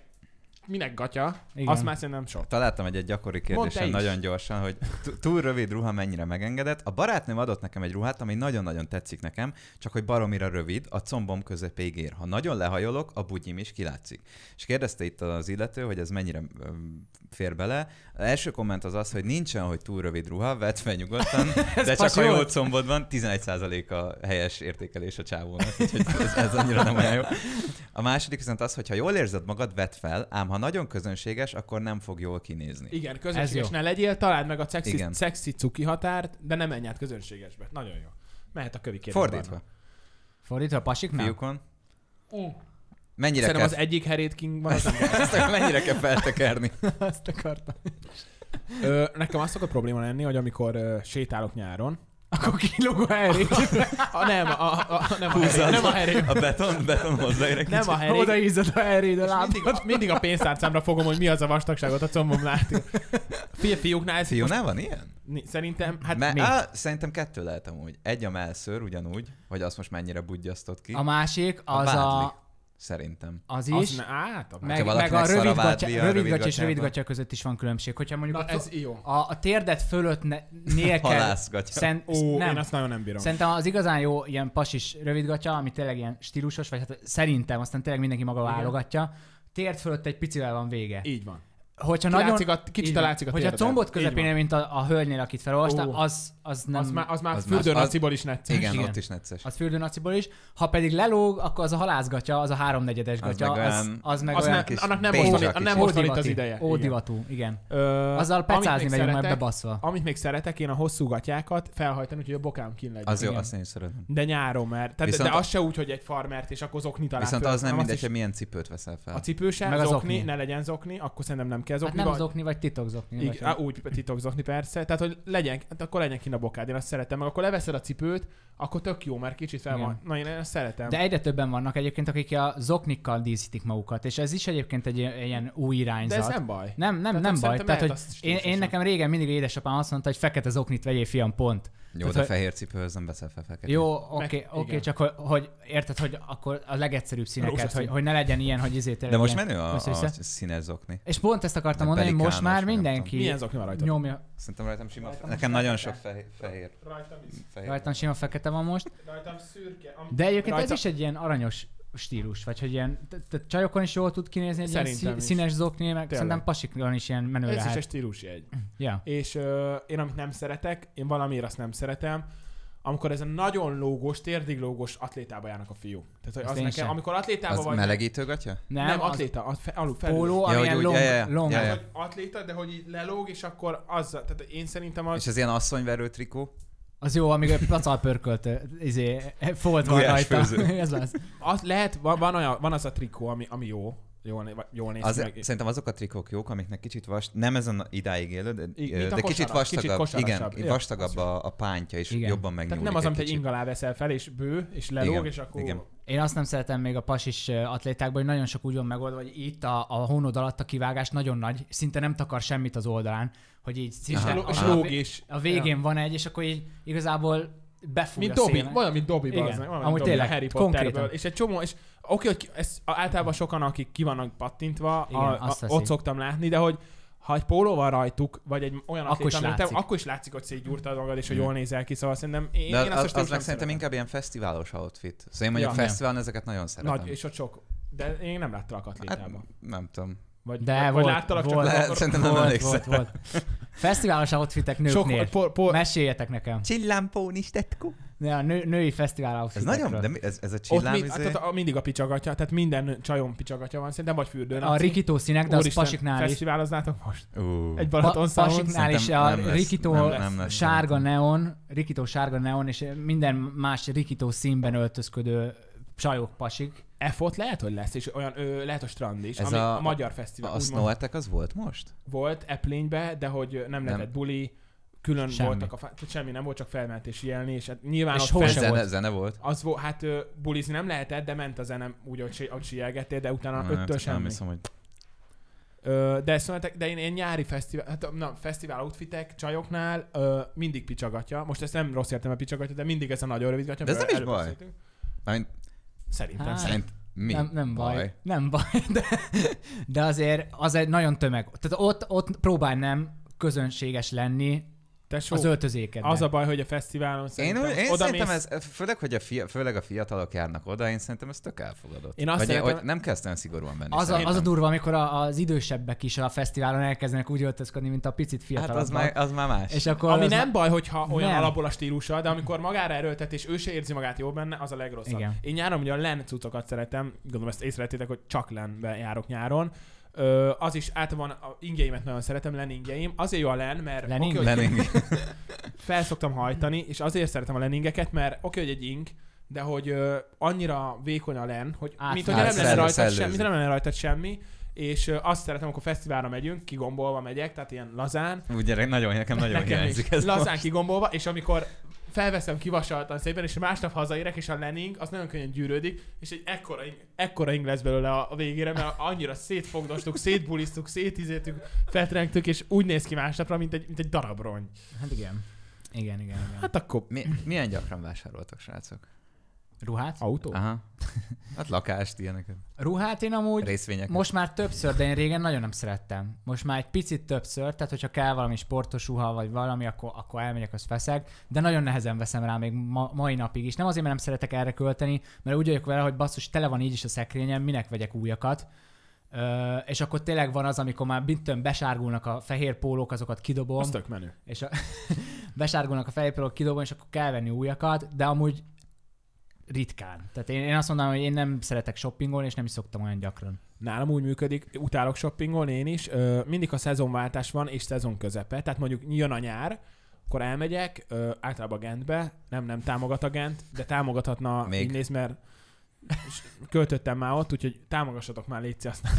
minek gatya, Igen. igen. azt már szerintem sok. Találtam egy, egy gyakori Mondd kérdésem te is. nagyon gyorsan, hogy t- túl rövid ruha mennyire megengedett. A barátnőm adott nekem egy ruhát, ami nagyon-nagyon tetszik nekem, csak hogy baromira rövid, a combom közepéig ér. Ha nagyon lehajolok, a bugyim is kilátszik. És kérdezte itt az illető, hogy ez mennyire öm, fér bele. Az első komment az az, hogy nincsen, hogy túl rövid ruha, vedd fel nyugodtan, de csak pas ha jó. jól combod van, 11% a helyes értékelés a csávónak, úgyhogy ez, ez annyira nem olyan jó. A második viszont az, hogy ha jól érzed magad, vedd fel, ám ha nagyon közönséges, akkor nem fog jól kinézni. Igen, közönséges jó. ne legyél, találd meg a szexi, Igen. szexi cuki határt, de ne menj át közönségesbe. Nagyon jó. Mehet a kövi kérdés. Fordítva, Fordítva a pasik nem? fiúkon. Mm. Mennyire Szerintem kell, az egyik Harriet King van. Az nem. ezt akkor mennyire kell feltekerni? Azt akartam. Ö, nekem az szokott probléma lenni, hogy amikor ö, sétálok nyáron, Akkor kilóg a Harry. a, nem, a, a, a, nem a Harry, nem a Harry, A beton, beton hozzáér egy nem a Harry, Oda izzad a Harry, de És láb. mindig, a, mindig a pénztárcámra fogom, hogy mi az a vastagságot a combomnál. Fi- Fiúknál ez Fiúnál van ilyen? Ni- Szerintem, hát Me- mi? á, szerintem kettő lehet amúgy. Egy a melször ugyanúgy, hogy azt most mennyire budjasztott ki. A másik az vádli, a... Szerintem. Az Az is. ne, át, a Meg, valaki meg a megszar a rövid gatya, vádli a rövid rövid gatya és gatyában. rövid gatya között is van különbség. Hogyha mondjuk Na a, ez jó. a, a térdet fölött ne, nél kell... Halászgatja. Szent, Ó, nem, én azt nagyon nem bírom. Szerintem az igazán jó ilyen pasis rövidgatya, ami tényleg ilyen stílusos, vagy hát szerintem, aztán tényleg mindenki maga Igen. válogatja. Tért fölött egy picivel van vége. Így van. Hogyha Ki nagyon... látszik a- kicsit így van. látszik a Hogyha térded. combot Így van. közepén, mint a, a hölgynél, akit felolvastam, Ó. az, az nem... Az már, az már Az fürdőn más- az- a cibor is necces. Igen, igen. ott is necces. Az fürdőnaciból is. Ha pedig lelóg, akkor az a halászgatya, az a háromnegyedes Az gatya, az, meg olyan- az, meg Az olyan... ne, kis annak nem pénzsak most, van, is. nem most van itt az ideje. Igen. Ódivatú, igen. Ö, Azzal amit pecázni még megyünk, mert szeretek- bebaszva. Amit még szeretek, én a hosszú gatyákat felhajtani, úgyhogy a bokám kín legyen. Az jó, igen. azt én is szeretem. De nyáron már. Tehát, Viszont- de az se úgy, hogy egy farmert, és akkor zokni talál Viszont föl, az nem hanem mindegy, azt is- hogy milyen cipőt veszel fel. A cipő sem, Meg a zokni, zokni. ne legyen zokni, akkor szerintem nem kell Hát zokni. nem vagy- zokni, vagy titokzokni. Igen, vagy- á, úgy titokzokni persze. Tehát, hogy legyen, hát akkor legyen kint a bokád, én azt szeretem. Meg akkor leveszed a cipőt, akkor tök jó, mert kicsit fel Igen. van. Na, én ezt szeretem. De egyre többen vannak egyébként, akik a zoknikkal díszítik magukat, és ez is egyébként egy ilyen- ilyen új De irányzat. ez nem baj. nem, nem, Tehát nem azt baj. szerintem Tehát, hogy lehet azt én, én stílusosan. nekem régen mindig édesapám azt mondta, hogy fekete zoknit vegyél, fiam, pont. Jó, de Tehát, fehér cipőhöz nem veszel fel feketét. Jó, oké, okay, Meg- oké, okay, igen. csak hogy, hogy, érted, hogy akkor a legegyszerűbb színeket, Rózsaszín. hogy, hogy ne legyen ilyen, hogy izé tényleg De most ilyen menő a, össze-vissza. a színes zokni. És pont ezt akartam Meg mondani, hogy most pelikános, már vagy nem tudom. mindenki Milyen zokni van rajta? nyomja. Szerintem rajtam sima. Fe... Nekem nagyon sok fehér. fehér. Rajtam is. fehér. Rajtam sima fekete van most. Rajtam szürke. Am- De egyébként ez Rajta- is egy ilyen aranyos stílus, vagy hogy ilyen te, te csajokon is jól tud kinézni egy ilyen Szerintem szí- is. színes zokni, meg Tényleg. szerintem pasikon is ilyen menő Ez is lehet. egy stílusjegy. Ja. És ö, én amit nem szeretek, én valamiért azt nem szeretem, amikor ez a nagyon lógos, térdig lógos atlétába járnak a fiú. Tehát, hogy Azt az én nekem, sem. amikor atlétába Az vagy... melegítő gatya? Nem, Nem, nem az atléta, az fe, alul felül. póló, Ja, ami ilyen hogy úgy, long, ja, ja, long. ja, ja. Hogy atléta, de hogy így lelóg, és akkor azzal, tehát én szerintem És az... ez ilyen asszonyverő trikó? Az jó, amíg egy pacal pörkölt, ö, izé, folt van Gulyás rajta. főző. Ez az. az lehet, van, van, olyan, van az a trikó, ami, ami jó, jól, né- vagy jól néz Az, ki. Meg. szerintem azok a trikók jók, amiknek kicsit vas, nem ezen a idáig élő, de, I- mint a de kicsit kosaras, kicsit vastagabb, igen, kosarasabb. Ja, vastagabb a, a pántja, és Igen. jobban Tehát megnyúlik nem az, amit egy kicsit. ing alá veszel fel, és bő, és lelóg, Igen, és akkor... igen. Én azt nem szeretem még a pasis ö, atlétákban, hogy nagyon sok úgy van megoldva, hogy itt a, a honod alatt a kivágás nagyon nagy, szinte nem takar semmit az oldalán, hogy így És, szinte Aha. ló- és a, lóg a, is. a végén van egy, és akkor így igazából befúj Mint a Dobby, szélen. olyan, mint Dobby, Igen. bazd meg, olyan, Amúgy mint Dobby tényleg, a Harry konkrétan. Potterből. És egy csomó, és oké, hogy ki- ez a- általában sokan, akik ki vannak pattintva, Igen, Igen, a, a, azt teszi. ott szoktam látni, de hogy ha egy póló van rajtuk, vagy egy olyan Akkor is atléta, amit te- látszik. akkor is látszik, hogy szétgyúrtad magad, és hogy Mm. jól nézel ki, szóval szerintem én, De én azt az, az, stílusnak az meg szerintem szeretem. inkább ilyen fesztiválos outfit. Szóval én mondjuk Ja. ja, fesztiválon ezeket nagyon szeretem. Nagy, és ott sok. De én nem láttalak hát, atlétában. nem tudom. Vagy, De vagy, volt, vagy láttalak, volt. csak Le, akkor- szerintem nem Volt, emlékszem. volt, volt. Fesztiválos outfitek nőknél. Sok, por, por, Meséljetek nekem. Csillámpón is tetkó. De a nő, női fesztivál Ez outfitekről. nagyon, de mi, ez, ez a ott csillám, mind, izé- tehát a- mindig a picsagatja, tehát minden csajon picsagatja van, szerintem vagy fürdőn. A rikító színek, de az Úristen, pasiknál is. Fesztiváloznátok most? Ú. Egy Pa- Balaton pasiknál is Szerintem a nem lesz, rikító nem- nem lesz, sárga szerintem. neon, rikító sárga neon, és minden más rikító színben öltözködő csajok pasik. Effot lehet, hogy lesz, és olyan ö, lehet a strand is, Ez Ez ami a- a, a magyar fesztivál. A úgymond Snow Attack az volt most? Volt Eplénybe, de hogy ö, nem lehetett buli, külön Semmi. semmi. voltak a fa- tehát semmi nem volt, csak felmentési jelni, és hát nyilván És ott hol fel- sem zene, volt. zene volt? az volt, hát ö, bulizni nem lehetett, de ment a zenem úgy, hogy, si- hogy sielgettél, de utána Nem, öttől Nem semmi. hiszem, hogy... Ö, de szóval, de én, én nyári fesztivál, hát, na, fesztivál outfitek csajoknál ö, mindig picsagatja. Most ezt nem rossz értem a picsagatja, de mindig ez a nagyon rövid gatya. De ez amiről nem is előbb baj. beszéltünk. Mármint Szerintem. Hát, szerintem. Szerint mi? Nem, nem baj. Nem baj, de, de azért az egy nagyon tömeg. Tehát ott, ott próbálj nem közönséges lenni Te Sok. az sok, öltözékedben. az a baj, hogy a fesztiválon Én, szerintem úgy- én oda szerintem mész- ez, főleg, hogy a fia, főleg a fiatalok járnak oda, én szerintem ez tök elfogadott. Én azt Vagy szeretem- hogy nem kezdtem el szigorúan venni. az, a, az a szerintem. Hát durva, amikor a, az idősebbek is a fesztiválon elkezdenek úgy öltözködni, mint a picit Hát az fiatalabbak. már, az már más. És akkor Ami az nem baj, hogyha olyan Nem. alapból a stílusa, de amikor magára erőltet és ő se érzi magát jó benne, az a legrosszabb. Igen. Én nyáron ugye a len cuccokat szeretem, gondolom ezt észrevettétek, hogy csak lenbe járok nyáron. Ö, az is általában a ingeimet nagyon szeretem, len ingyeim. Azért jó a len, mert Len oké, ing? hogy Lenin. fel szoktam hajtani, és azért szeretem a leningeket, mert oké, hogy egy ing, de hogy ö, annyira vékony a len, hogy Át- mint hogy nem lenne Átszellő- rajtad szellőzi. semmi, mint nem lenne rajtad semmi, és ö, azt szeretem, amikor fesztiválra megyünk, kigombolva megyek, tehát ilyen lazán, Ugye nagyon, nekem nagyon Nekem hiányzik is. ez. Lazán kigombolva, és amikor felveszem kivasaltan szépen, és másnap hazaérek, és a lening, az nagyon könnyen gyűrődik, és egy ekkora, ing- ekkora ing lesz belőle a, a végére, mert annyira szétfogdostuk, szétbuliztuk, szétizétük, fetrengtük, és úgy néz ki másnapra, mint egy, mint egy darabrony. Hát igen. Igen, igen, igen. Hát akkor Mi, milyen gyakran vásároltak, srácok? Ruhát? autó? Aha. Hát lakást, ilyeneket. Ruhát én amúgy Részvényeket. most már többször, de én régen nagyon nem szerettem. Most már egy picit többször, tehát hogyha kell valami sportos ruha vagy valami, akkor, akkor elmegyek, azt feszek, de nagyon nehezen veszem rá még ma, mai napig is. Nem azért, mert nem szeretek erre költeni, mert úgy vagyok vele, hogy basszus, tele van így is a szekrényem, minek vegyek újakat. Ö, és akkor tényleg van az, amikor már bintön besárgulnak a fehér pólók, azokat kidobom. Az tök menő. és a, besárgulnak a fejpilók kidobom, és akkor kell venni újakat, de amúgy ritkán. Tehát én, én azt mondanám, hogy én nem szeretek shoppingolni, és nem is szoktam olyan gyakran. Nálam úgy működik, utálok shoppingolni én is, ö, mindig a szezonváltás van és szezon közepe, tehát mondjuk jön a nyár, akkor elmegyek, ö, általában Gentbe, nem, nem támogat a Gent, de támogathatna, Még. Még. így néz, mert s- költöttem már ott, úgyhogy támogassatok már, légy aztán.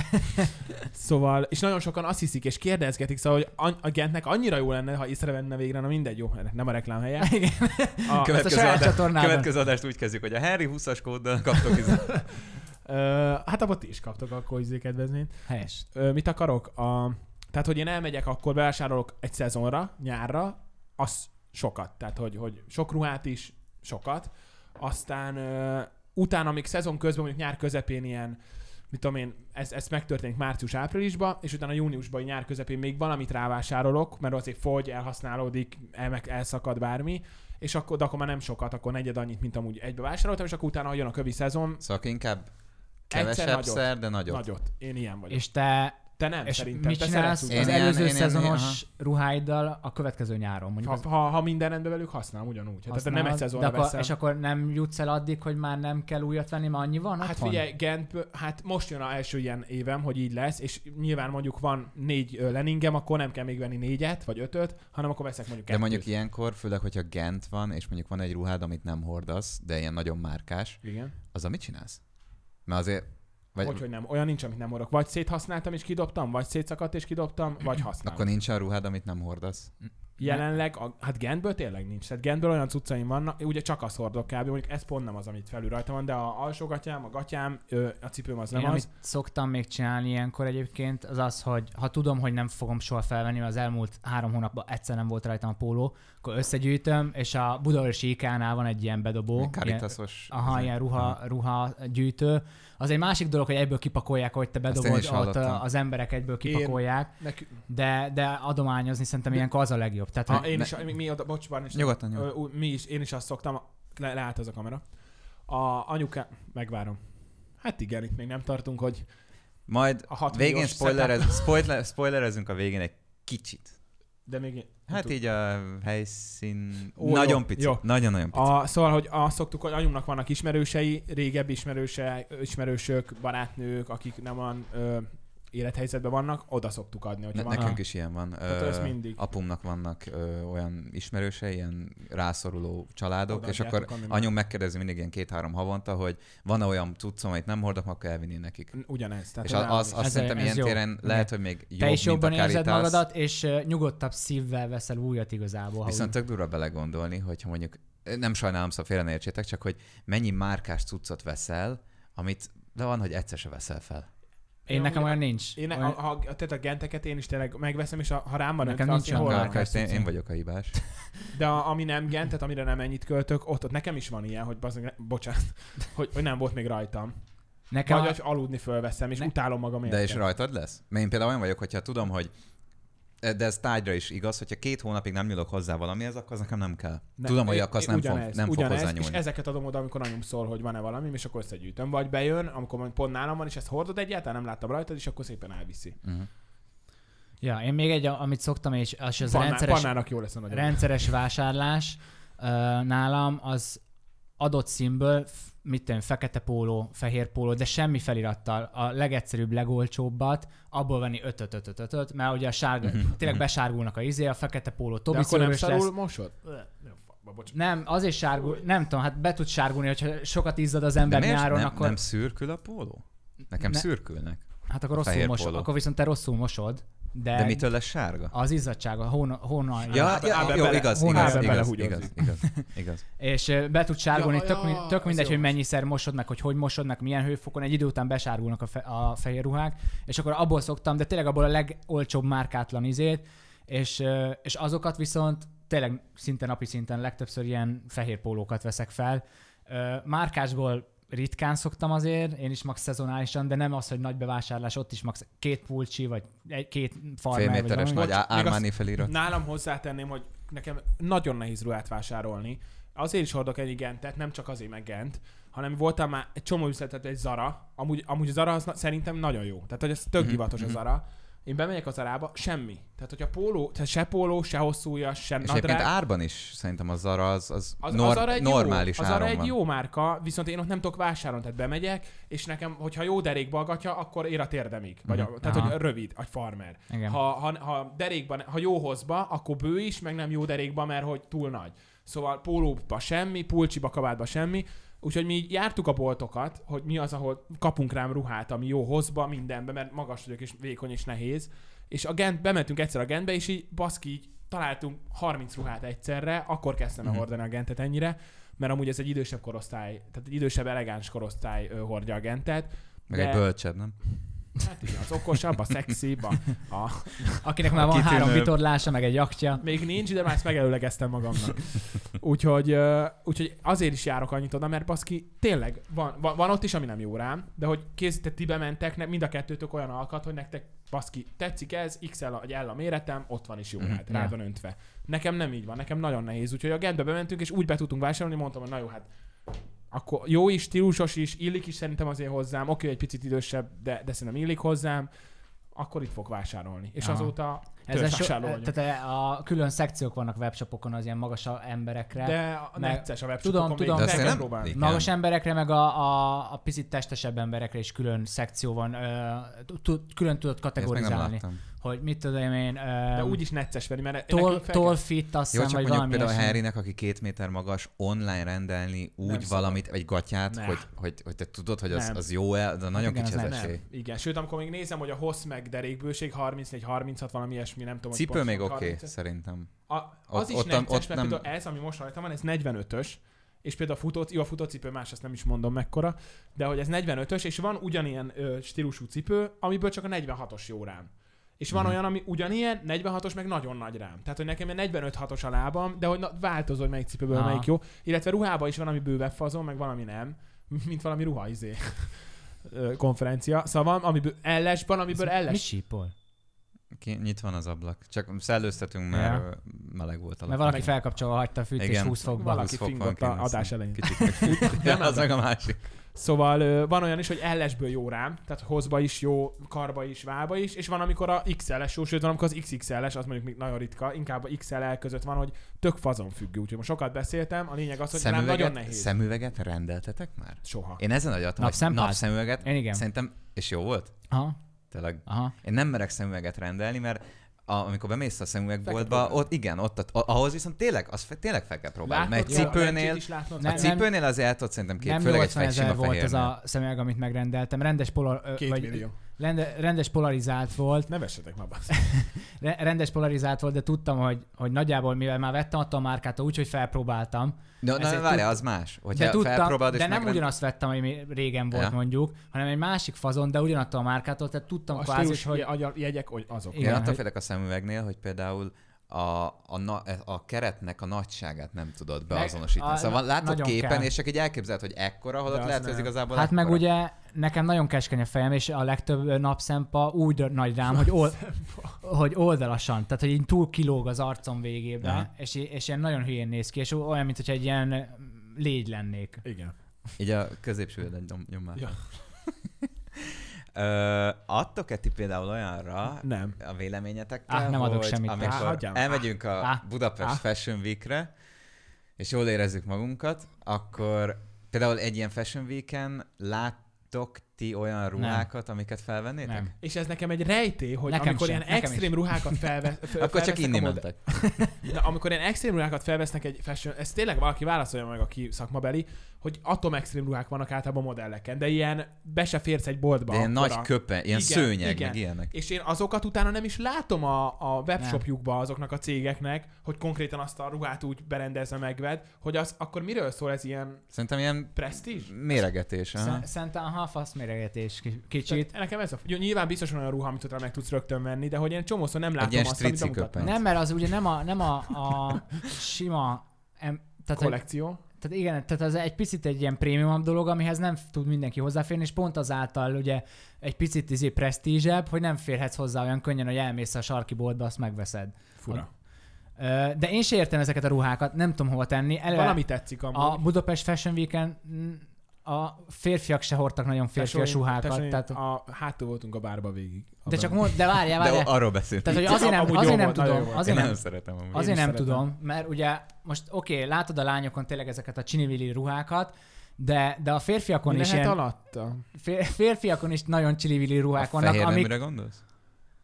Szóval, és nagyon sokan azt hiszik és kérdezgetik, szóval, hogy an- a Gentnek annyira jó lenne, ha észrevenne végre, na mindegy, jó, nem a reklám helye. Igen. A, Követ- következő, saját adást, csatornádon. következő adást úgy kezdjük, hogy a Henry 20-as kóddal kaptok izé- ö, hát abban ti is kaptok akkor izé kedvezményt. Helyes. Ö, mit akarok? A, tehát, hogy én elmegyek, akkor bevásárolok egy szezonra, nyárra, az sokat. Tehát, hogy, hogy sok ruhát is, sokat. Aztán ö, utána, még szezon közben, mondjuk nyár közepén ilyen, mit tudom én, ez, ez megtörténik március-áprilisban, és utána júniusban, így nyár közepén még valamit rávásárolok, mert azért fogy, elhasználódik, el, meg elszakad bármi, és akkor, de akkor már nem sokat, akkor negyed annyit, mint amúgy egybe vásároltam, és akkor utána, ha jön a kövi szezon, Szóval inkább egyszer kevesebb nagyot, szer, de nagyot. nagyot. Én ilyen vagyok. És És te te nem, és szerintem. mit te szeretsz csinálsz az utazni. Én ilyen- előző én ilyen- szezonos aha. ruháiddal a következő nyáron? Ha, Mondjuk az- ha, ha minden rendben velük, használom ugyanúgy. Hát ez nem egy használod, szezonra de akkor, veszem. És akkor nem jutsz el addig, hogy már nem kell újat venni, mert annyi van Hát otthon? figyelj, Gent, hát most jön a első ilyen évem, hogy így lesz, és nyilván mondjuk van négy ö, leningem, akkor nem kell még venni négyet, vagy ötöt, hanem akkor veszek mondjuk De kettőt. mondjuk ilyenkor, főleg, hogyha Gent van, és mondjuk van egy ruhád, amit nem hordasz, de ilyen nagyon márkás, Igen. az mit csinálsz? Mert azért Vagy... Hogy, hogy nem. Olyan nincs, amit nem orok. Vagy széthasználtam és kidobtam, vagy szétszakadt és kidobtam, vagy használtam. Akkor nincs a ruhád, amit nem hordasz. Jelenleg, a, hát Gentből tényleg nincs. Tehát Gentből olyan cuccaim vannak, ugye csak azt hordok kb. Mondjuk ez pont nem az, amit felül rajta van, de a alsógatyám, a gatyám, ö, a cipőm az nem Én, az. amit szoktam még csinálni ilyenkor egyébként, az az, hogy ha tudom, hogy nem fogom soha felvenni, mert az elmúlt három hónapban egyszer nem volt rajtam a póló, akkor összegyűjtöm, és a Budaörsi IK-nál van egy ilyen bedobó. Még Ilyen, karitaszos. aha, ilyen ruha, ruha gyűjtő. Az egy másik dolog, hogy egyből kipakolják, hogy te én bedobod, is ott hallottam. ö, az emberek egyből kipakolják, Neki... de, de adományozni szerintem ilyenkor az a legjobb. Tehát, Ha, hogy én ne- is, mi, mi oda, bocs, bár, is, Nyugodtan, nyugodtan. ö, ú, mi is, én is azt szoktam, le, leállt az a kamera. A anyuka, megvárom. Hát igen, itt még nem tartunk, hogy Majd a hat végén milliós spoilerez, spoiler, spoilerezünk a végén egy kicsit. De még... Hát tud- így a helyszín... Ó, nagyon jó, pici. jó. Nagyon-nagyon pici. A, szóval, hogy azt szoktuk, hogy anyumnak vannak ismerősei, régebb ismerőse, ismerősök, barátnők, akik nem olyan ö, élethelyzetben vannak, oda szoktuk adni, hogy Ne, van. nekünk is ilyen van. Hát Ö, ez mindig. Apumnak vannak ö, olyan ismerősei, ilyen rászoruló családok, Odaadjátok, és akkor ami már- anyum megkérdezi mindig ilyen két-három havonta, hogy van olyan cuccom, amit nem hordok, akkor elvinni nekik. Ugyanez. Tehát és az, nálam az, is. azt Ez- szerintem ez ilyen jó. téren lehet, hogy még jobb, Te is jobban mint a érzed Caritas. magadat, és ö, nyugodtabb szívvel veszel újat igazából. ha Viszont tök durva belegondolni, hogyha mondjuk, nem sajnálom, szóval félre ne értsétek, csak hogy mennyi márkás cuccot veszel, amit de van, hogy egyszer se veszel fel. úgy- Én nekem olyan nincs. Én, Olyan- a, ha, tehát a genteket én is tényleg megveszem, és a, ha rám van Nekem öntve, azt nincs én hol olyan rakom. Márkás, én, cuccom. én vagyok a hibás. De a, ami nem gent, tehát amire nem ennyit költök, ott, ott nekem is van ilyen, hogy bazd meg, ne, bocsánat, hogy, hogy nem volt még rajtam. Nekem Vagy a- hogy aludni fölveszem, és Ne- utálom magam De és rajtad lesz? Mert én például olyan vagyok, hogyha tudom, hogy eh, de ez tárgyra is igaz, hogyha két hónapig nem nyúlok hozzá valamihez, akkor az nekem nem kell. Ne, tudom, hogy én- akkor azt én nem, fog, ugyanez, nem fog ugyanez, hozzá És nyúlni. ezeket adom oda, amikor anyum szól, hogy van-e valami, és akkor összegyűjtöm. Vagy bejön, amikor mondjuk pont nálam van, és ezt hordod egyáltalán, nem láttam rajtad, és akkor szépen elviszi. Uh-huh. Ja, én még egy, amit szoktam, és és az Panná, rendszeres, Pannának jó lesz a nagyon. rendszeres vásárlás ö, nálam, az adott színből, f- mit tudom, fekete póló, fehér póló, de semmi felirattal, a legegyszerűbb, legolcsóbbat, abból venni 5 5 5 5 5 mert ugye a sárga, Mhm. tényleg besárgulnak a izé, a fekete póló De Tobi akkor nem szőrös lesz. szarul mosod? Bocsánat. Nem, azért sárgul, nem tudom, hát be tud sárgulni, hogyha sokat izzad az ember nyáron, nem, akkor... nem szürkül a póló? Nekem Ne- szürkülnek. Hát akkor rosszul fehér mosod, póló. akkor viszont te rosszul mosod, de, De mitől lesz sárga? az izzadság, a hóna, hóna Ja, ábe- ja, hát ábe jó, bele- igaz, hónalba igaz, igaz, belehúgyozik. igaz, igaz, igaz. és ö, be tud sárgulni, Ja, tök, ja, min- tök ez mindegy, jó. hogy mennyiszer mosod meg, hogy hogy mosod meg, milyen hőfokon, egy idő után besárgulnak a, fe- a fehér ruhák, és akkor abból szoktam, de tényleg abból a legolcsóbb márkátlan izét, és, ö, és azokat viszont tényleg szinte napi szinten legtöbbször ilyen fehér pólókat veszek fel. Ö, Márkásból ritkán szoktam azért, én is max szezonálisan, de nem az, hogy nagy bevásárlás, ott is max két pulcsi, vagy egy, két farmer, Fél vagy méteres valami. nagy Bocs, Á- még azt- Armani felirat. Nálam hozzátenném, hogy nekem nagyon nehéz ruhát vásárolni. Azért is hordok ennyi gentet, nem csak azért meg gent, hanem voltam már egy csomó üzletet, egy Zara. Amúgy, amúgy Zara az na- szerintem nagyon jó. Tehát, hogy ez tök Mhm, divatos a mhm. Zara. Én bemegyek a Zarába, semmi. Tehát, hogy a póló, tehát se póló, se hosszúja, se És egyébként nadrág. árban is szerintem az Zara az, az, Az, nor- az arra egy normális jó, az arra áron egy van. jó márka, viszont én ott nem tudok vásárolni, tehát bemegyek, és nekem, hogyha jó derékba agatja, akkor ér a térdemig. Vagy a, Mhm. tehát, Aha. hogy rövid, vagy farmer. Igen. Ha, ha, ha, derékban, ha jó hozba, akkor bő is, meg nem jó derékba, mert hogy túl nagy. Szóval pólóba semmi, pulcsiba, kabátba semmi. Úgyhogy mi így jártuk a boltokat, hogy mi az, ahol kapunk rám ruhát, ami jó hozba, mindenbe, mert magas vagyok és vékony és nehéz. És a gent, bementünk egyszer a gentbe, és így baszki, így találtunk 30 ruhát egyszerre, akkor kezdtem el Mhm. hordani a gentet ennyire, mert amúgy ez egy idősebb korosztály, tehát egy idősebb, elegáns korosztály ö, hordja a gentet. Meg de- egy bölcsebb, nem? Hát igen, az okosabb, a szexibb, a, a, Akinek már van Kitűnő. három vitorlása, meg egy jaktja. Még nincs, de már ezt megelőlegeztem magamnak. Úgyhogy, ö, úgyhogy azért is járok annyit oda, mert baszki, tényleg van, van, van ott is, ami nem jó rám, de hogy készített ti bementek, ne, mind a kettőtök olyan alkat, hogy nektek baszki, tetszik ez, XL a- vagy L a méretem, ott van is jó Mhm. rád, rád Ja. van öntve. Nekem nem így van, nekem nagyon nehéz, úgyhogy a gentbe bementünk, és úgy be tudtunk vásárolni, mondtam, hogy na jó, hát akkor jó is, stílusos is, illik is szerintem azért hozzám, oké, egy picit idősebb, de, de szerintem illik hozzám, akkor itt fog vásárolni. És Aha. azóta Ez a, so, vásárolni. tehát eh, a külön szekciók vannak webshopokon az ilyen magas emberekre. De a Meg- necces a webshopokon Tudom, még tudom. De meg azt kell én nem- próbálni. Igen. Magas emberekre, meg a, a, a picit testesebb emberekre is külön szekció van, ö, tud- külön tudod Ezt meg nem kategorizálni. láttam. Hogy mit tudom én, ö, De úgyis necces venni, mert tol, nekünk fel tol fit, azt Jó, hiszem, csak vagy mondjuk valami például a ilyesmi. Harrynek, aki két méter magas, online rendelni Nem úgy szabad. valamit, egy gatyát, Ne. hogy, hogy, hogy te tudod, hogy az, Nem. az jó-e, de nagyon igen, kicsi az az nem. esély. Nem, igen. Sőt, amikor még nézem, hogy a hossz meg derékbőség 34-36, valami ilyesmi, nem tudom. hogy Cipő pontosan még oké, 35. szerintem. A, az Ott- is ott ott, nem- necces, ott mert nem- például ez, ami most rajta van, ez 45-ös, és például a futó, jó, a futócipő más, azt nem is mondom mekkora, de hogy ez 45-ös, és van ugyanilyen ö, stílusú cipő, amiből csak a 46-os jó rám. És van Mhm. olyan, ami ugyanilyen, 46-os meg nagyon nagy rám. Tehát, hogy nekem ilyen 45-6-os a lábam, de hogy na, változó, hogy melyik cipőből Aha. melyik jó. Illetve ruhába is van, ami bővebb fazon, meg valami nem. Mint valami ruha izé. Ö, konferencia. Szóval van, amiből ls van, amiből Ez Mi ls. sípol? Ki, nyit van az ablak. Csak szellőztetünk, mert Ja. ö, meleg volt a Mert lakás. valaki felkapcsolva hagyta a fűtést Igen. 20 fokba. Valaki fok van fingott kint, a azt adás hiszem. elején. Kicsit meg fut, Nem az az. meg a másik. Szóval ö, van olyan is, hogy LS-ből jó rám, tehát hozba is jó, karba is, vába is, és van, amikor a XL-es jó, sőt, van, amikor az XXL-es, az mondjuk még nagyon ritka, inkább a XL között van, hogy tök fazon függő. Úgyhogy most sokat beszéltem, a lényeg az, hogy rám Szóval nagyon Szemüveget, nehéz. szemüveget rendeltetek már? Soha. Én ezen agyattam, hogy Napszempád? napszemüveget. Én igen. Szerintem, és jó volt? Aha, Tényleg. aha. Én nem merek szemüveget rendelni, mert a, amikor bemész a szemüvegboltba, Fekete ott igen, ott, ott ahhoz viszont tényleg, az fe, tényleg fel kell próbálni. Mert egy jó, a cipőnél, mencsét is látnod Ne- a kell. nem- cipőnél azért el tudod szerintem kép, nem főleg egy 80 fegy ezer sima volt az fehérnél. a szemüveg, amit megrendeltem. Rendes, polar, ö, Két millió. rende, rendes polarizált volt, Ne vessetek már bassz. re, rendes polarizált volt, de tudtam, hogy, hogy nagyjából, mivel már vettem attól a márkától, úgyhogy felpróbáltam. Na, na ezért várjál, tud- az más. de Hogyha tudtam, de felpróbálod és nem megrend- ugyanazt vettem, ami mi- régen volt Ja. mondjuk, hanem egy másik fazon, de ugyanattól a márkától, tehát tudtam A kvázi, stílus, hogy hogy... jegyek, hogy azok. Igen, Én attól hogy- félek a szemüvegnél, hogy például a, a, na, e, a keretnek a nagyságát nem tudod Meg- beazonosítani. a- Meg, szóval na- látod nagyon képen, kell. és csak így elképzeled, hogy ekkora, De holott az lehet, hogy ez nem. igazából Hát meg ekkora. ugye nekem nagyon keskeny a fejem, és a legtöbb ö, napszempa úgy dö- nagy rám, hogy, ol, hogy oldalasan, tehát hogy így túl kilóg az arcom Aha. végébe, és, i- és ilyen nagyon hülyén néz ki, és olyan, mint hogy egy ilyen ö, légy lennék. Igen. Így a középső egy nyom, nyom már. Ja. Ö, adtok-e ti például olyanra Nem. a véleményetekkel, Á, nem adok hogy semmit. Á, amikor hagyjam. elmegyünk a Á, Budapest á. Fashion Weekre, és jól érezzük magunkat, akkor például egy ilyen Fashion Weeken láttok ti olyan ruhákat, amiket felvennétek? Nem. És ez nekem egy rejté, hogy Nekem amikor sem, ilyen nekem extrém ruhákat felvesz, fel, Akkor csak felvesznek inni a mod- mentek. Na, amikor ilyen extrém ruhákat felvesznek egy fashion, ez tényleg valaki válaszolja meg, aki szakmabeli, hogy atom extrém ruhák vannak általában modelleken, de ilyen be se férsz egy boltba. De ilyen nagy akkora. köpe, ilyen Igen, szőnyeg, igen. meg ilyenek. És én azokat utána nem is látom a, a webshopjukba azoknak a cégeknek, hogy konkrétan azt a ruhát úgy berendezve megved, hogy az akkor miről szól ez ilyen Szerintem ilyen presztízs? méregetés. aha. Szen- Szerintem a fasz méregetés ki- kicsit. Tehát Nekem ez a... Jó, nyilván biztos van olyan ruha, amit utána meg tudsz rögtön venni, de hogy én csomószor nem látom ilyen azt, amit strici bemutatnak. köpeny. Nem, mert az ugye nem a, nem a, a sima em, tehát, hogy, Kollekció. tehát igen, tehát ez egy picit egy ilyen prémium dolog, amihez nem tud mindenki hozzáférni, és pont azáltal ugye egy picit izé presztízsebb, hogy nem férhetsz hozzá olyan könnyen, hogy elmész a sarki boltba, azt megveszed. Fura. Ö, De én se értem ezeket a ruhákat, nem tudom hova tenni. Eleve Valami tetszik amúgy. a Budapest Fashion Weekend a férfiak se hordtak nagyon férfias Tesóim- ruhákat. tesóim, tehát, a, hátul voltunk a bárba végig. de csak mond, de várjál, De várjál. arról beszéltünk. Tehát, hogy Amúgy azért nem, jó azért volt, nem nagyon jó tudom, volt. Én azért nem, nem szeretem amúgy. azért is nem szeretem. tudom, mert ugye most oké, okay, látod a lányokon tényleg ezeket a csinivili ruhákat, de, de a férfiakon Mi is lehet ilyen, alatta? fér, férfiakon is nagyon csinivili A ruhák vannak, fehér amik... nemre gondolsz?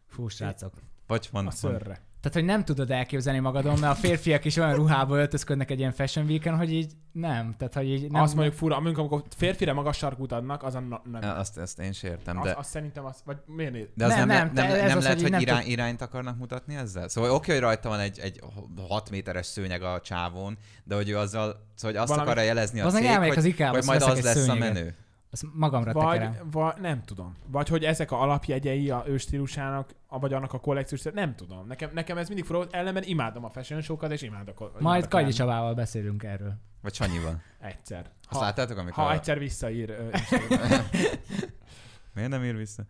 Fú, srácok. Vagy van, A van szörre. Tehát, hogy nem tudod elképzelni magadon, mert a férfiak is olyan ruhába öltözködnek egy ilyen fashion weeken, hogy így nem. Tehát, hogy így nem. Nem, azt mondjuk fura, mondjuk amikor férfire magas sarkút adnak, az a na, nem. Ja, Azt, azt én sem értem, Az, de, azt szerintem az, vagy miért né- de az nem, Nem, nem, nem, nem, te- nem, ez nem az, lehet, hogy hogy nem irány, irányt akarnak mutatni ezzel? Szóval oké, hogy rajta van egy, egy 6 méteres szőnyeg a csávón, de hogy ő azzal, szóval hogy azt Valami- akarja jelezni a Az meg cég, elmegyek hogy, az IKEA-ba, hogy azt majd veszek az egy lesz szőnyeget. a menő. Azt magamra tekerem. vagy, vagy, nem tudom. Vagy hogy ezek a alapjegyei a ő stílusának, a- vagy annak a kollekciós, stílus- nem tudom. Nekem, nekem ez mindig fura volt, ellenben imádom a fashion show-kat, és imádok. Majd imádok Kagyi lenni. Csabával beszélünk erről. Vagy Sanyival. Egyszer. Azt Ha, láttátok, amikor... ha egyszer visszaír. ö, Instagram. Miért nem ír vissza?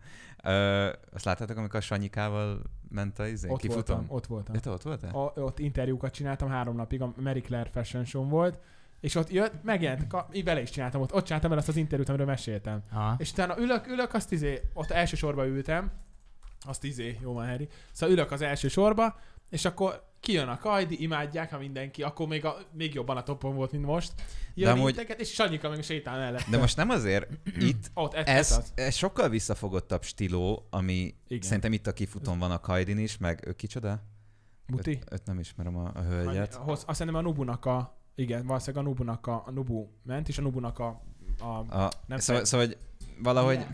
Ö, azt láttátok, amikor a Sanyikával ment a izé? ott Kifutom? voltam, ott voltam. De te ott voltál? a, ott interjúkat csináltam három napig, a Mary Claire Fashion Show volt, és ott jött, megjelent, ka- így vele is csináltam, ott, ott csináltam el azt az interjút, amiről meséltem. Ha. És utána ülök, ülök, azt izé, ott elsősorban ültem, Azt izé, jó van, Harry. Szóval ülök az első sorba, és akkor kijön a Kajdi, imádják, ha mindenki, akkor még, a, még jobban a topon volt, mint most. Jön amúgy- amúgy... és Sanyika meg sétál mellett. De most nem azért, itt Ott ez, ez, ez... ez sokkal visszafogottabb stíló, ami Hát Igen. Igen. szerintem itt a kifutón van a Kajdin is, meg ő kicsoda? Buti? Öt, öt nem ismerem a, a Annyi- hölgyet. Hossz, azt hiszem a Nobunak a... Igen, valószínűleg a Nobunak a, a Nobu ment, és a Nobunak a... a A, nem szóval, szóval, hogy valahogy...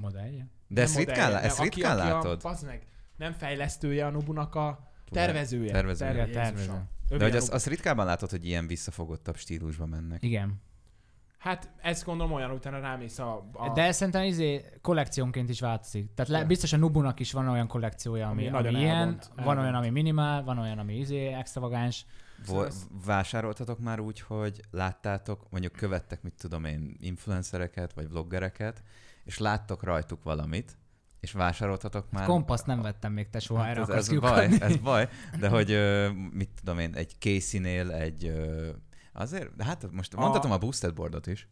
Modellje? De ezt nem ritkán, modellje, lá- ezt nem, aki- ritkán aki a- látod. Bazd meg, nem fejlesztője a Nobunak a tervezője. Tervezője. Terve- Igen, tervező. Jézusom. De Övé hogy a azt, Nobu. azt ritkában látod, hogy ilyen visszafogottabb stílusba mennek. Igen. Hát ezt gondolom olyan, utána rámész a... a De ez szerintem izé kollekciónként is változik. Tehát le, Ja. biztos a Nubunak is van olyan kollekciója, ami, Ami ami, nagyon ami ilyen, elvont, van elvont. olyan, ami minimál, van olyan, ami izé extravagáns. Vol- Szóval vásároltatok már úgy, hogy láttátok, mondjuk követtek, mit tudom én, influencereket, vagy vloggereket, és láttok rajtuk valamit, és vásároltatok már... Kompaszt nem vettem még, te soha Hát erre ez, akarsz ez baj, kiukadni. ez baj, de hogy ö, mit tudom én, egy Casey-nél, egy... ö, Azért, de hát most A- mondhatom a boosted boardot is.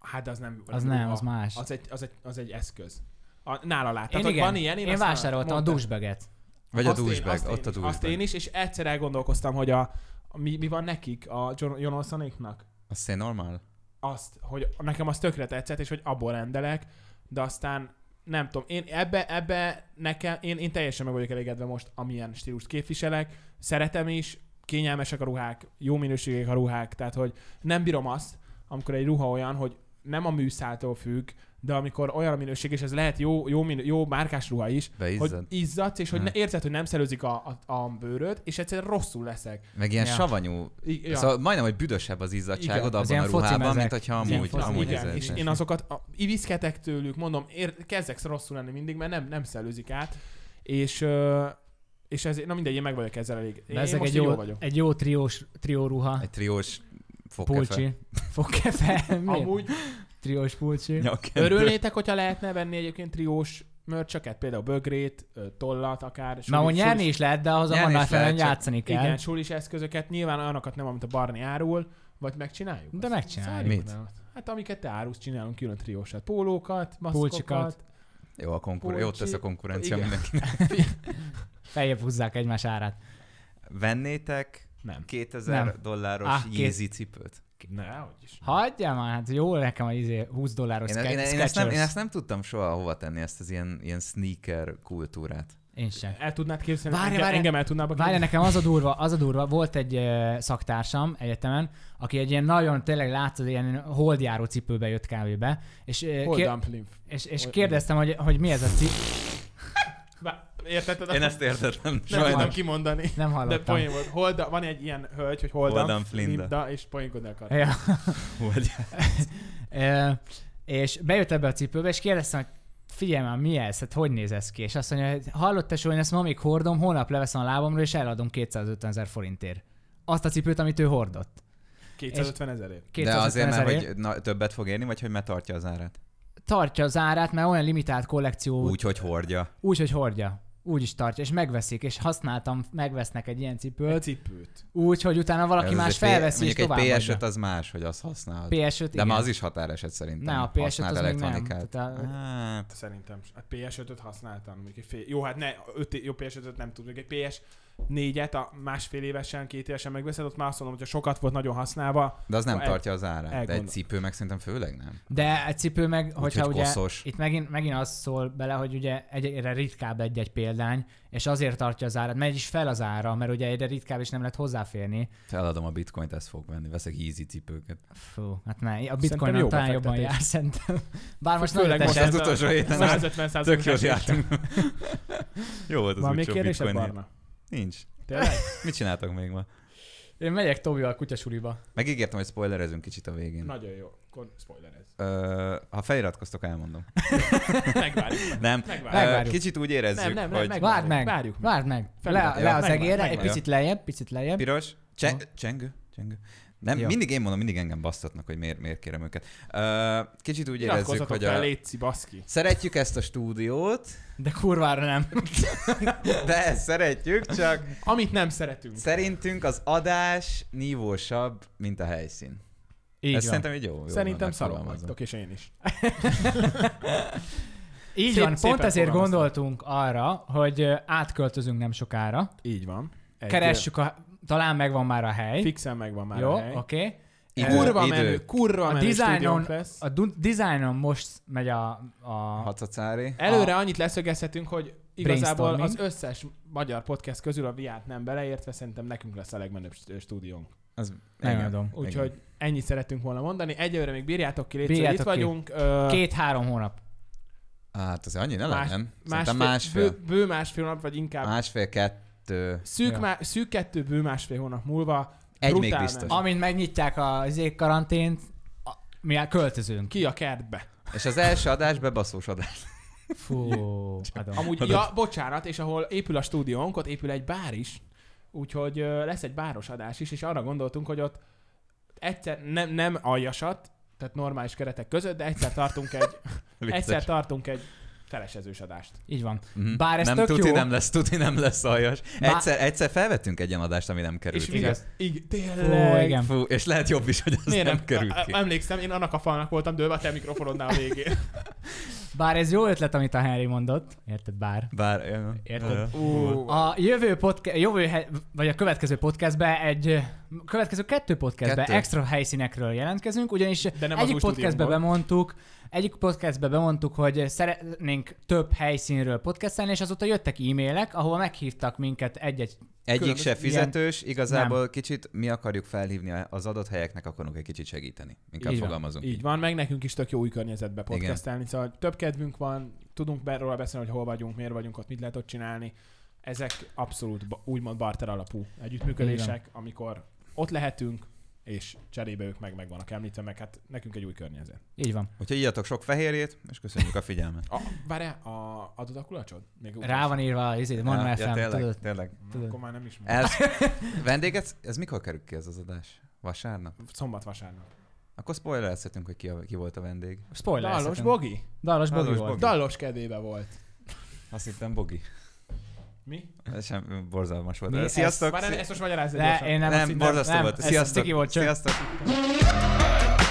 Hát de az nem... Az nem, a- az más. Az egy, az egy, az egy eszköz. A, nála láttad, Én hogy igen, van ilyen? én, azt már vásároltam a mondtam. douchebaget. Vagy Azt a én- douchebag, azt én ott a is, Azt én douchebag. is, és egyszer elgondolkoztam, hogy a, a mi, mi van nekik, a John, John Olsonéknak. A szén normál? Azt, hogy nekem az tökre tetszett, és hogy abból rendelek, de aztán nem tudom, én ebbe, ebbe nekem, én, én teljesen meg vagyok elégedve most, amilyen stílust képviselek, szeretem is, kényelmesek a ruhák, jó minőségek a ruhák, tehát hogy nem bírom azt, amikor egy ruha olyan, hogy nem a műszától függ, de amikor olyan a minőség, és ez lehet jó, jó, minő, jó márkás ruha is, Beizzad. hogy izzadsz, és hogy Mhm. ne, érzed, hogy nem szerőzik a, a, a bőröd, és egyszerűen rosszul leszek. Meg ilyen Ja. savanyú. I, Ja. Szóval majdnem, hogy büdösebb az izzadságod Igen, abban a az ilyen foci ruhában, mezek. mint hogyha Az ilyen amúgy, foci- amúgy igen, ez- és ez- én azokat a, iviszketek tőlük, mondom, ér, kezdek rosszul lenni mindig, mert nem, nem szellőzik át, és, ö, és ezért, na mindegy, én meg vagyok ezzel elég. Én, én Ezek most egy jó, jó jó, vagyok. egy jó triós, trió ruha, Egy triós fogkefe. pulcsi, fogkefe, mi? Amúgy triós pulcsi. Nyakkendő. örülnétek, hogyha lehetne venni egyébként triós mörcsöket, például bögrét, ö, tollat, akár. Na, hogy sulis- nyerni is lehet, de ahhoz a Nyerni is mannál felen lehet, csak- játszani kell. Igen, sulis eszközöket, nyilván olyanokat nem, amit a Barni árul, vagy megcsináljuk. De Azt megcsináljuk. zárjuk Mit? le azt. Hát amiket te árulsz, csinálunk külön triósat. Pólókat, maszkokat. Pulcsikat. Jó, a konkur- jót Pulcsi. tesz a konkurencia Igen. mindenkinek. Feljebb húzzák egymás árát. Vennétek Nem. 2000 Nem. dolláros Ah, ah, két- Yeezy cipőt? Ne, hogy is. Hagyja már, hát jó nekem a izé 20 dolláros Én, ske- én, én, ezt nem, én Skechers. ezt nem tudtam soha hova tenni, ezt az ilyen, ilyen sneaker kultúrát. Én sem. El tudnád képzelni, Várj, engem, várj. engem el tudnád Várja, nekem az a durva, az a durva, volt egy ö, szaktársam egyetemen, aki egy ilyen nagyon tényleg látszott, ilyen holdjáró cipőbe jött kávébe, és, ö, Hol kér- dumpling? és, és Hol- kérdeztem, hogy, hogy mi ez a cipő. Bá- Értetted? Én ezt értettem, nem tudtam sajnos. kimondani. Nem De hallottam. poén volt. Holda, van egy ilyen hölgy, hogy Holda, Hol dumpling, de. és poénkodni akar. Ja. Hogy Ö, és bejött ebbe a cipőbe, és kérdeztem, hogy figyelj már, mi ez? Hát hogy néz ez ki? És azt mondja, hogy hallott tesó, én ezt ma még hordom, holnap leveszem a lábamról, és eladom 250 ezer forintért. Azt a cipőt, amit ő hordott. 250 ezerért. De 250 azért már, ezerért. hogy na, többet fog érni, vagy hogy mert tartja az árát? Tartja az árát, mert olyan limitált kollekció, úgy. Úgy, hogy hordja. úgy, hogy hordja. Úgy is tartja, és megveszik, és használtam, megvesznek egy ilyen Egy cipőt, cipőt. úgy, hogy utána valaki Ez más azért P- felveszi, és Mondjuk tovább egy PS5 az más, hogy azt használod. PS5, De igen. már az is határeset szerintem. Ne, a PS5 az Használ még nem. elektronikát. Tehát eh, a, Hát, Szerintem. A PS5-öt használtam. Mondjuk egy fél, jó, hát ne, öt, jó PS5-öt nem tudjuk. Egy PS4-et a másfél évesen, két évesen megveszed, ott már azt mondom, hogyha sokat volt nagyon használva, de az nem El- tartja az árát. De egy elgondol- cipő meg szerintem főleg nem. De egy cipő meg, hogyha Úgyhogy ugye, koszos. itt megint, megint az szól bele, hogy ugye egyre ritkább egy-egy példány, és azért tartja az árat, megy is fel az ára, mert ugye egyre ritkább és nem lehet hozzáférni. Eladom a bitcoint, ezt fog venni. Veszek easy cipőket. Fú, hát ne, a Szerintem bitcoin jó talán jobban befektetés. jár szerintem. Bár most Főleg nagyon most esett. az utolsó héten 150 Tök jól jártunk. Jó volt az Van még úgyse a kérdésed, bitcoin hét. Barna? Nincs. Tényleg? Mit csináltak még ma? Én megyek Tobival a kutyasuriba. Megígértem, hogy spoilerezünk kicsit a végén. Nagyon jó. Kon- spoiler ez. Ö, ha feliratkoztok, elmondom. Megvárjuk. Nem. Megvárjuk. Ö, Megvárjuk. kicsit úgy Nem, érezzük, nem, nem, hogy meg- Várd meg, Várjuk. várd meg. Le, Felirat- le Ja, az megvan, egérre, egy megvan. picit lejjebb, picit lejjebb. piros, cse- Aha. csengő, csengő. Nem, Jó. mindig én mondom, mindig engem basztatnak, hogy miért, miért kérem őket. Ö, kicsit úgy érezzük, Iratkozzatok hogy fel, a... létszi, baszki. Szeretjük ezt a stúdiót, De kurvára nem. de ezt szeretjük, csak Amit nem szeretünk. szerintünk az adás nívósabb, mint a helyszín. Így Ez van. szerintem így jó. jó Szerintem meg- szarom megfogalmazom. vagytok, és én is. Szép- Így Szép, van, szépen pont ezért fogalmaztad. gondoltunk arra, hogy ö, átköltözünk nem sokára. Így van. Egy, Keressük, a, talán megvan már a ö, hely. Fixen megvan már Jó, a oké. hely. Okay. Idő, Kurva idő. menő, kurva A menő designon- stúdiónk lesz. A du- designon most megy a... a Hacacári. Előre annyit leszögezhetünk, hogy igazából az Brainstorming. összes magyar podcast közül a viát nem beleértve, szerintem nekünk lesz a legmenőbb st- stúdiónk. Az, Megadom. Úgyhogy ennyit szerettünk volna mondani. Egyelőre még bírjátok ki, légy szíves, itt Bírjátok ki. vagyunk. Ö, két-három hónap. Hát az annyi ne Más- legyen. Szerintem másfél. Bő, bő másfél hónap, vagy inkább Másfél, kettő. szűk, Ja. má, szűk kettő, bő másfél hónap múlva Egy még Brutál biztos. nem. Amint megnyitják az karantént, a, mi el- költözünk. ki a kertbe. És az első adás bebaszós adás. Fú, adom. Hát Amúgy, ja, bocsánat, és ahol épül a stúdiónk, ott épül egy bár is, úgyhogy ö, lesz egy báros adás is, és arra gondoltunk, hogy ott egyszer, nem, nem aljasat, tehát normális keretek között, de egyszer tartunk egy, egyszer tartunk egy felesezős adást. Így van. Mhm. Bár ez nem tök tuti jó. nem lesz, tuti nem lesz aljas. Bá- Egyszer, egyszer felvettünk egy ilyen adást, ami nem került. és ki. igaz, így, Fú, tényleg. igen. Fú, és lehet jobb is, hogy az Miért nem, került ki. Emlékszem, én annak a falnak voltam dőlve a te mikrofonodnál a végén. Bár ez jó ötlet, amit a Henry mondott. Érted, bár. Bár, ja. Érted? Ja, ja. Ú, A jövő podcast, jövő, he- vagy a következő podcastbe egy, következő kettő podcastbe Kettő. kettő. extra helyszínekről jelentkezünk, ugyanis De nem az egyik új podcastbe stúdiónkból. bemondtuk, egyik podcastbe bemondtuk, hogy szeretnénk több helyszínről podcastelni, és azóta jöttek e-mailek, ahol meghívtak minket egy-egy Egyik Különböző- se fizetős, igazából Nem. kicsit mi akarjuk felhívni az adott helyeknek, akarunk egy kicsit segíteni. Inkább Így van. fogalmazunk. Így van, meg nekünk is tök jó új környezetbe Igen. podcastelni, Igen. szóval több kedvünk van, tudunk be róla beszélni, hogy hol vagyunk, miért vagyunk ott, mit lehet ott csinálni. Ezek abszolút ba- úgymond barter alapú együttműködések, amikor ott lehetünk, és cserébe ők meg meg vannak említve, meg hát nekünk egy új környezet. így van. Úgyhogy ígyatok sok fehérjét, és köszönjük a figyelmet. A, várjál, a, adod a kulacsod? Még úgy Rá van írva, izé, mondd már fel, tényleg, tudod? tényleg. is. Na, tudod. Akkor már nem is mondom. Ez, vendéget, ez mikor kerül ki ez az adás? Vasárnap? Szombat-vasárnap. Akkor spoilerezhetünk, hogy ki, a, ki volt a vendég. Spoiler. Dalos szerintem. Bogi? Dalos Bogi Dalos volt. Bogi. Dalos kedvébe volt. Azt hittem Bogi. Mi? Ez sem borzalmas volt. Mi Mi ez? Sziasztok! Már nem, ezt most magyarázza De gyorsan. én nem, azt nem, hittem- borzasztó nem, volt. ez Sziasztok! ciki volt, csak Sziasztok!